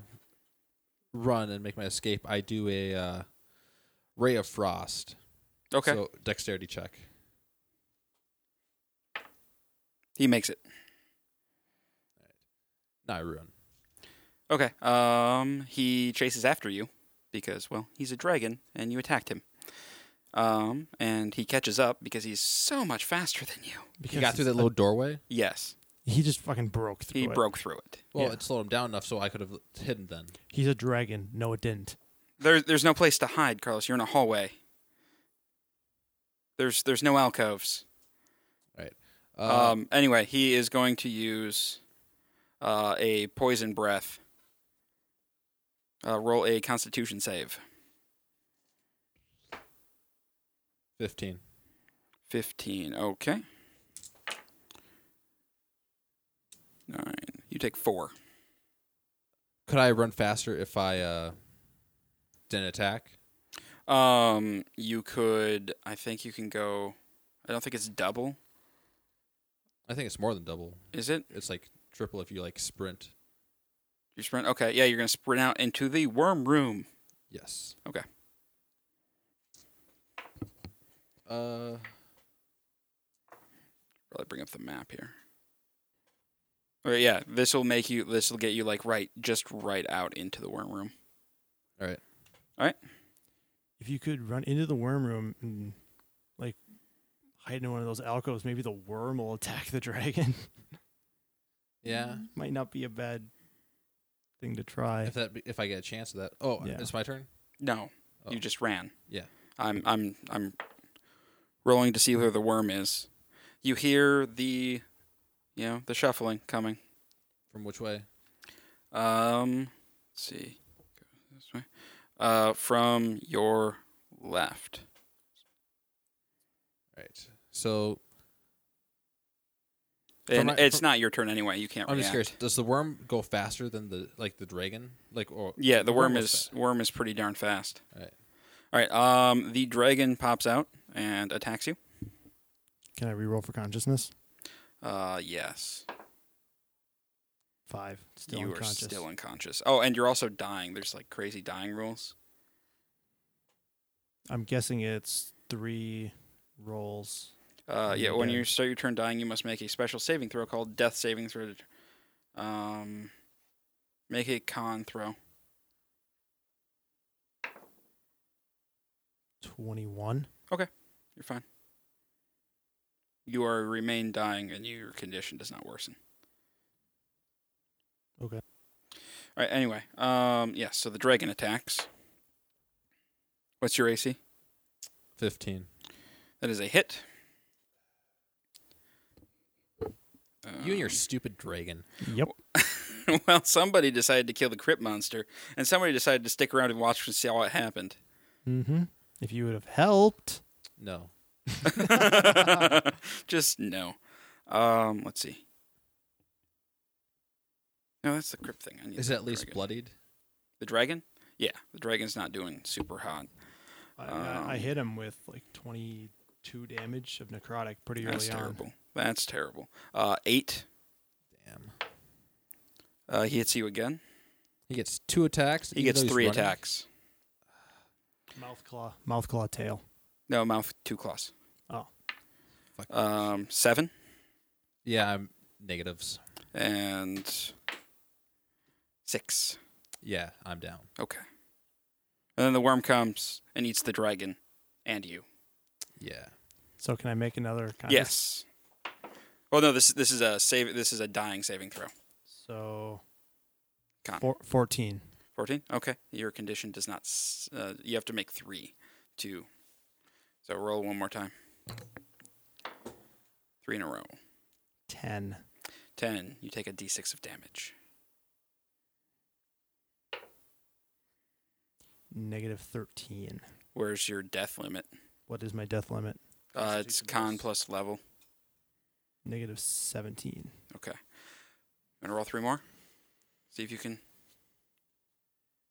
S2: run and make my escape, I do a uh, ray of frost.
S1: Okay.
S2: So dexterity check.
S1: he makes it.
S2: No, I ruin.
S1: Okay. Um, he chases after you because, well, he's a dragon and you attacked him. Um, and he catches up because he's so much faster than you.
S2: You got through that little doorway.
S1: Yes.
S5: He just fucking broke through.
S1: He
S5: it.
S1: broke through it.
S2: Well,
S5: Yeah.
S2: it slowed him down enough so I could have hidden then.
S5: He's a dragon. No, it didn't.
S1: There, there's no place to hide, Carlos. You're in a hallway. There's, there's no alcoves.
S2: Uh,
S1: um, anyway, he is going to use uh, a poison breath. Uh, roll a Constitution save.
S2: fifteen.
S1: Fifteen. Okay. Nine. You take four.
S2: Could I run faster if I uh, didn't attack?
S1: Um, you could. I think you can go. I don't think it's double.
S2: I think it's more than double.
S1: Is it?
S2: It's like triple if you like sprint.
S1: You sprint. Okay. Yeah, you're gonna sprint out into the worm room.
S2: Yes.
S1: Okay.
S2: Uh,
S1: Probably bring up the map here. Okay. Yeah. This will make you. This will get you like right, just right out into the worm room.
S2: all right.
S5: If you could run into the worm room and like hide in one of those alcoves, maybe the worm will attack the dragon.
S2: Yeah.
S5: Might not be a bad thing to try.
S2: If that be, if I get a chance of that. Oh,
S5: Yeah.
S2: it's my turn.
S1: No,
S2: Oh.
S1: you just ran.
S2: Yeah.
S1: I'm I'm I'm rolling to see where the worm is. You hear the you know, the shuffling coming.
S2: From which way?
S1: Um let's see. Go this way. Uh from your left.
S2: All right. So From
S1: And
S2: my-
S1: it's
S2: from-
S1: not your turn anyway. You can't
S2: I'm just
S1: react.
S2: curious. Does the worm go faster than the like the dragon? Like or
S1: Yeah, the worm
S2: goes
S1: is
S2: fa-
S1: worm is pretty darn fast.
S2: Alright.
S1: All right. Um the dragon pops out and attacks you.
S5: Can I reroll for consciousness?
S1: Uh yes.
S5: Five. Still
S1: you
S5: unconscious.
S1: are still unconscious. Oh, and you're also dying. There's like crazy dying rules.
S5: I'm guessing it's three rolls.
S1: Uh, yeah,
S5: You're
S1: when
S5: dead.
S1: you start your turn dying, you must make a special saving throw called death saving throw. Um, make a con throw.
S5: 21.
S1: You're fine. You are remain dying, and your condition does not worsen.
S5: Okay.
S1: All right. Anyway, um, yeah. So the dragon attacks. What's your AC?
S2: fifteen.
S1: That is a hit.
S2: You and your
S1: Um,
S2: stupid dragon.
S5: Yep.
S1: well, somebody decided to kill the crypt monster, and somebody decided to stick around and watch and see how it happened.
S5: Mm-hmm. If you would have helped.
S2: No.
S1: Just no. Um, let's see. No, that's the crypt thing. I need
S2: Is
S1: the
S2: it at least
S1: dragon.
S2: bloodied?
S1: the dragon? Yeah, the dragon's not doing super hot.
S5: I, I-
S1: Um,
S5: I hit him with like 22 damage of necrotic pretty early
S1: That's
S5: on.
S1: terrible. That's terrible. Uh, eight.
S2: Damn.
S1: Uh, he hits you again.
S2: He gets two attacks.
S1: He
S2: even
S1: gets
S2: though he's
S1: three
S2: running.
S1: attacks.
S5: Mouth claw, mouth claw, tail.
S1: No, mouth two claws.
S5: Oh.
S2: Fuck.
S1: Um, seven
S2: Yeah, I'm negatives.
S1: and six.
S2: Yeah, I'm down.
S1: Okay. And then the worm comes and eats the dragon and you.
S2: Yeah.
S5: So can I make another? Kind
S1: Yes. Oh no, this this is a save this is a dying saving throw.
S5: So
S1: Con.
S5: four, 14.
S1: 14? Okay. Your condition does not s- uh, you have to make 3 to So roll one more time. 3 in a row.
S5: 10.
S1: 10, you take a d6 of damage.
S5: Negative 13.
S1: Where's your death limit?
S5: What is my death limit?
S1: Uh, it's con plus level.
S5: Negative 17.
S1: And roll three more. See if you can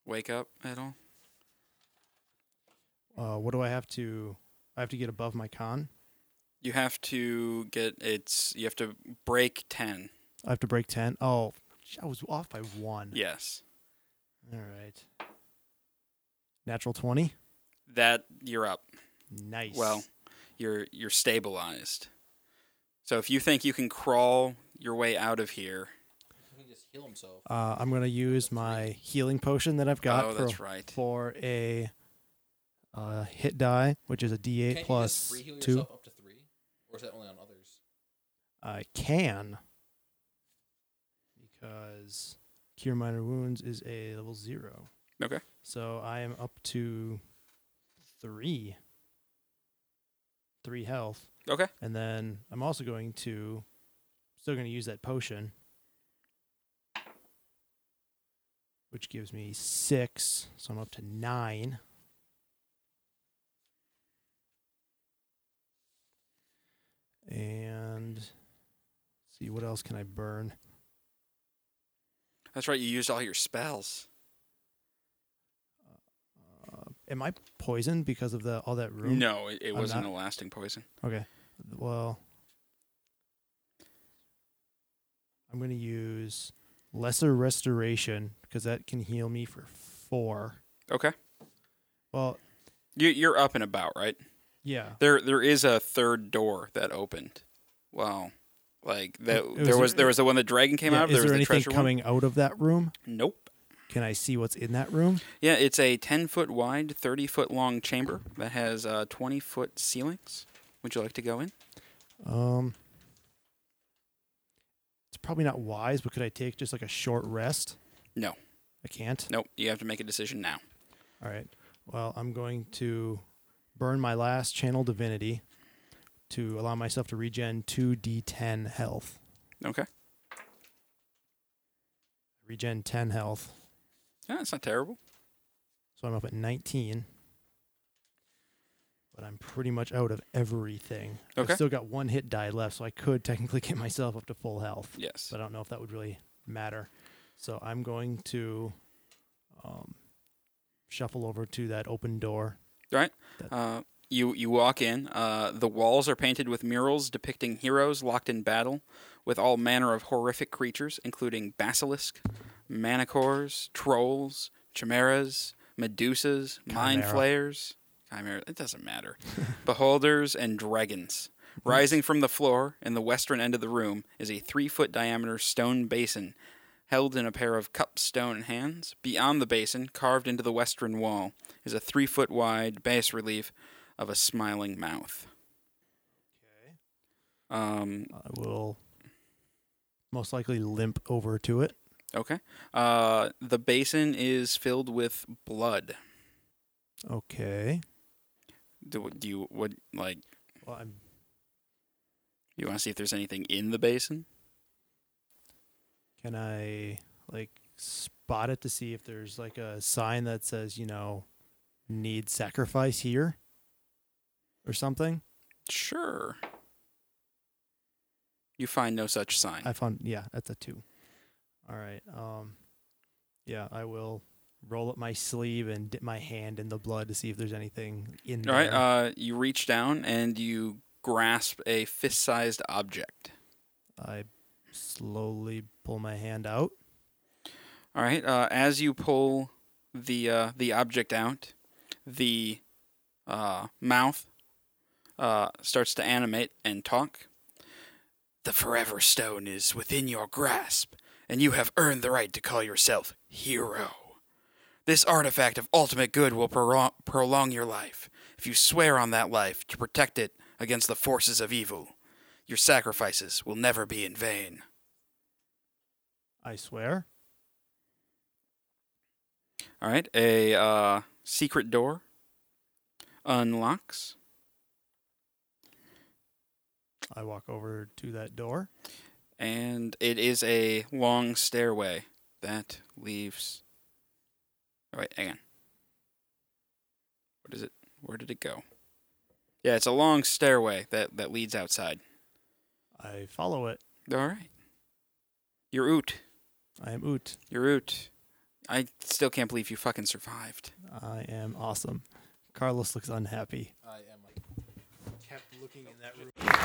S1: wake up at all.
S5: Uh, what do I have to? I have to get above my con.
S1: You have to get it's you have to break 10.
S5: I have to break 10. Oh, sh- I was off by one.
S1: Yes.
S5: All right. Natural 20.
S1: That you're up.
S5: Nice.
S1: Well, you're you're stabilized. So if you think you can crawl your way out of here,
S2: He can just heal himself.
S5: uh, I'm going to use my healing potion that I've got
S1: oh,
S5: for,
S1: that's right.
S5: for a uh, hit die, which is a D8 plus 2.
S2: up to three, or is that only on others?
S5: I can because cure minor wounds is a level zero.
S1: Okay.
S5: So I am up to three, three health,
S1: Okay.
S5: and then I'm also going to still going to use that potion, which gives me six. So I'm up to nine. And let's see what else can I burn?
S1: That's right. You used all your spells.
S5: Uh, am I poisoned because of the all that room?
S1: No, it, it
S5: I'm
S1: wasn't
S5: not-
S1: a lasting poison.
S5: Okay. Well, I'm going to use lesser restoration because that can heal me for four.
S1: Okay.
S5: Well,
S1: You you're up and about, right?
S5: yeah.
S1: There there is a third door that opened. Wow. Like that
S5: It was-
S1: there was there was the one the dragon came
S5: Yeah,
S1: out of,
S5: is
S1: there was
S5: there
S1: the
S5: anything
S1: treasure
S5: coming out of that room?
S1: one. Nope.
S5: Can I see what's in that room?
S1: Yeah, it's a 10 foot wide, 30 foot long chamber that has uh, 20 foot ceilings. Would you like to go in?
S5: Um, it's probably not wise, but could I take just like a short rest?
S1: No.
S5: I can't.
S1: Nope, you have to make a decision now.
S5: All right. Well, I'm going to burn my last channel divinity to allow myself to regen 2d10 health.
S1: Okay.
S5: Regen 10 health.
S1: Yeah, it's not terrible.
S5: So I'm up at 19. But I'm pretty much out of everything.
S1: Okay.
S5: I've still got one hit die left, so I could technically get myself up to full health.
S1: Yes.
S5: but I don't know if that would really matter. So I'm going to um, shuffle over to that open door.
S1: Uh, you, you walk in. Uh, the walls are painted with murals depicting heroes locked in battle with all manner of horrific creatures, including basilisk, manacores, trolls, chimeras, medusas, mind
S5: Chimera.
S1: flayers, chimera, it doesn't matter. beholders, and dragons. Rising from the floor in the western end of the room is a three foot diameter stone basin held in a pair of cupped stone hands. Beyond the basin, carved into the western wall, is a three foot wide bas relief of a smiling mouth. Um,
S5: I will most likely limp over to it.
S1: okay. Uh, the basin is filled with blood.
S5: Okay.
S1: Do, do you would like
S5: Well, I'm,
S1: you want to see if there's anything in the basin?
S5: can I like spot it to see if there's like a sign that says, you know, need sacrifice here or something?
S1: Sure. You find no such sign.
S5: I found yeah, that's a two. All right. Um, yeah, I will roll up my sleeve and dip my hand in the blood to see if there's anything in
S1: All
S5: there.
S1: right. Uh, you reach down and you grasp a fist-sized object.
S5: I slowly pull my hand out.
S1: All right. Uh, as you pull the uh, the object out, the uh, mouth uh, starts to animate and talk. The Forever Stone is within your grasp, and you have earned the right to call yourself hero. This artifact of ultimate good will proro- prolong your life if you swear on that life to protect it against the forces of evil. Your sacrifices will never be in vain.
S5: I swear.
S1: All right, a uh, secret door unlocks.
S5: I walk over to that door.
S1: and it is a long stairway that leaves. Oh, wait, hang on. What is it? Where did it go? Yeah, it's a long stairway that that leads outside.
S5: I follow it.
S1: All right, you're oot,
S5: I am Oot.
S1: you're oot. I still can't believe you fucking survived.
S5: I am awesome. Carlos looks unhappy.
S2: I am like,
S5: Kept looking in that room.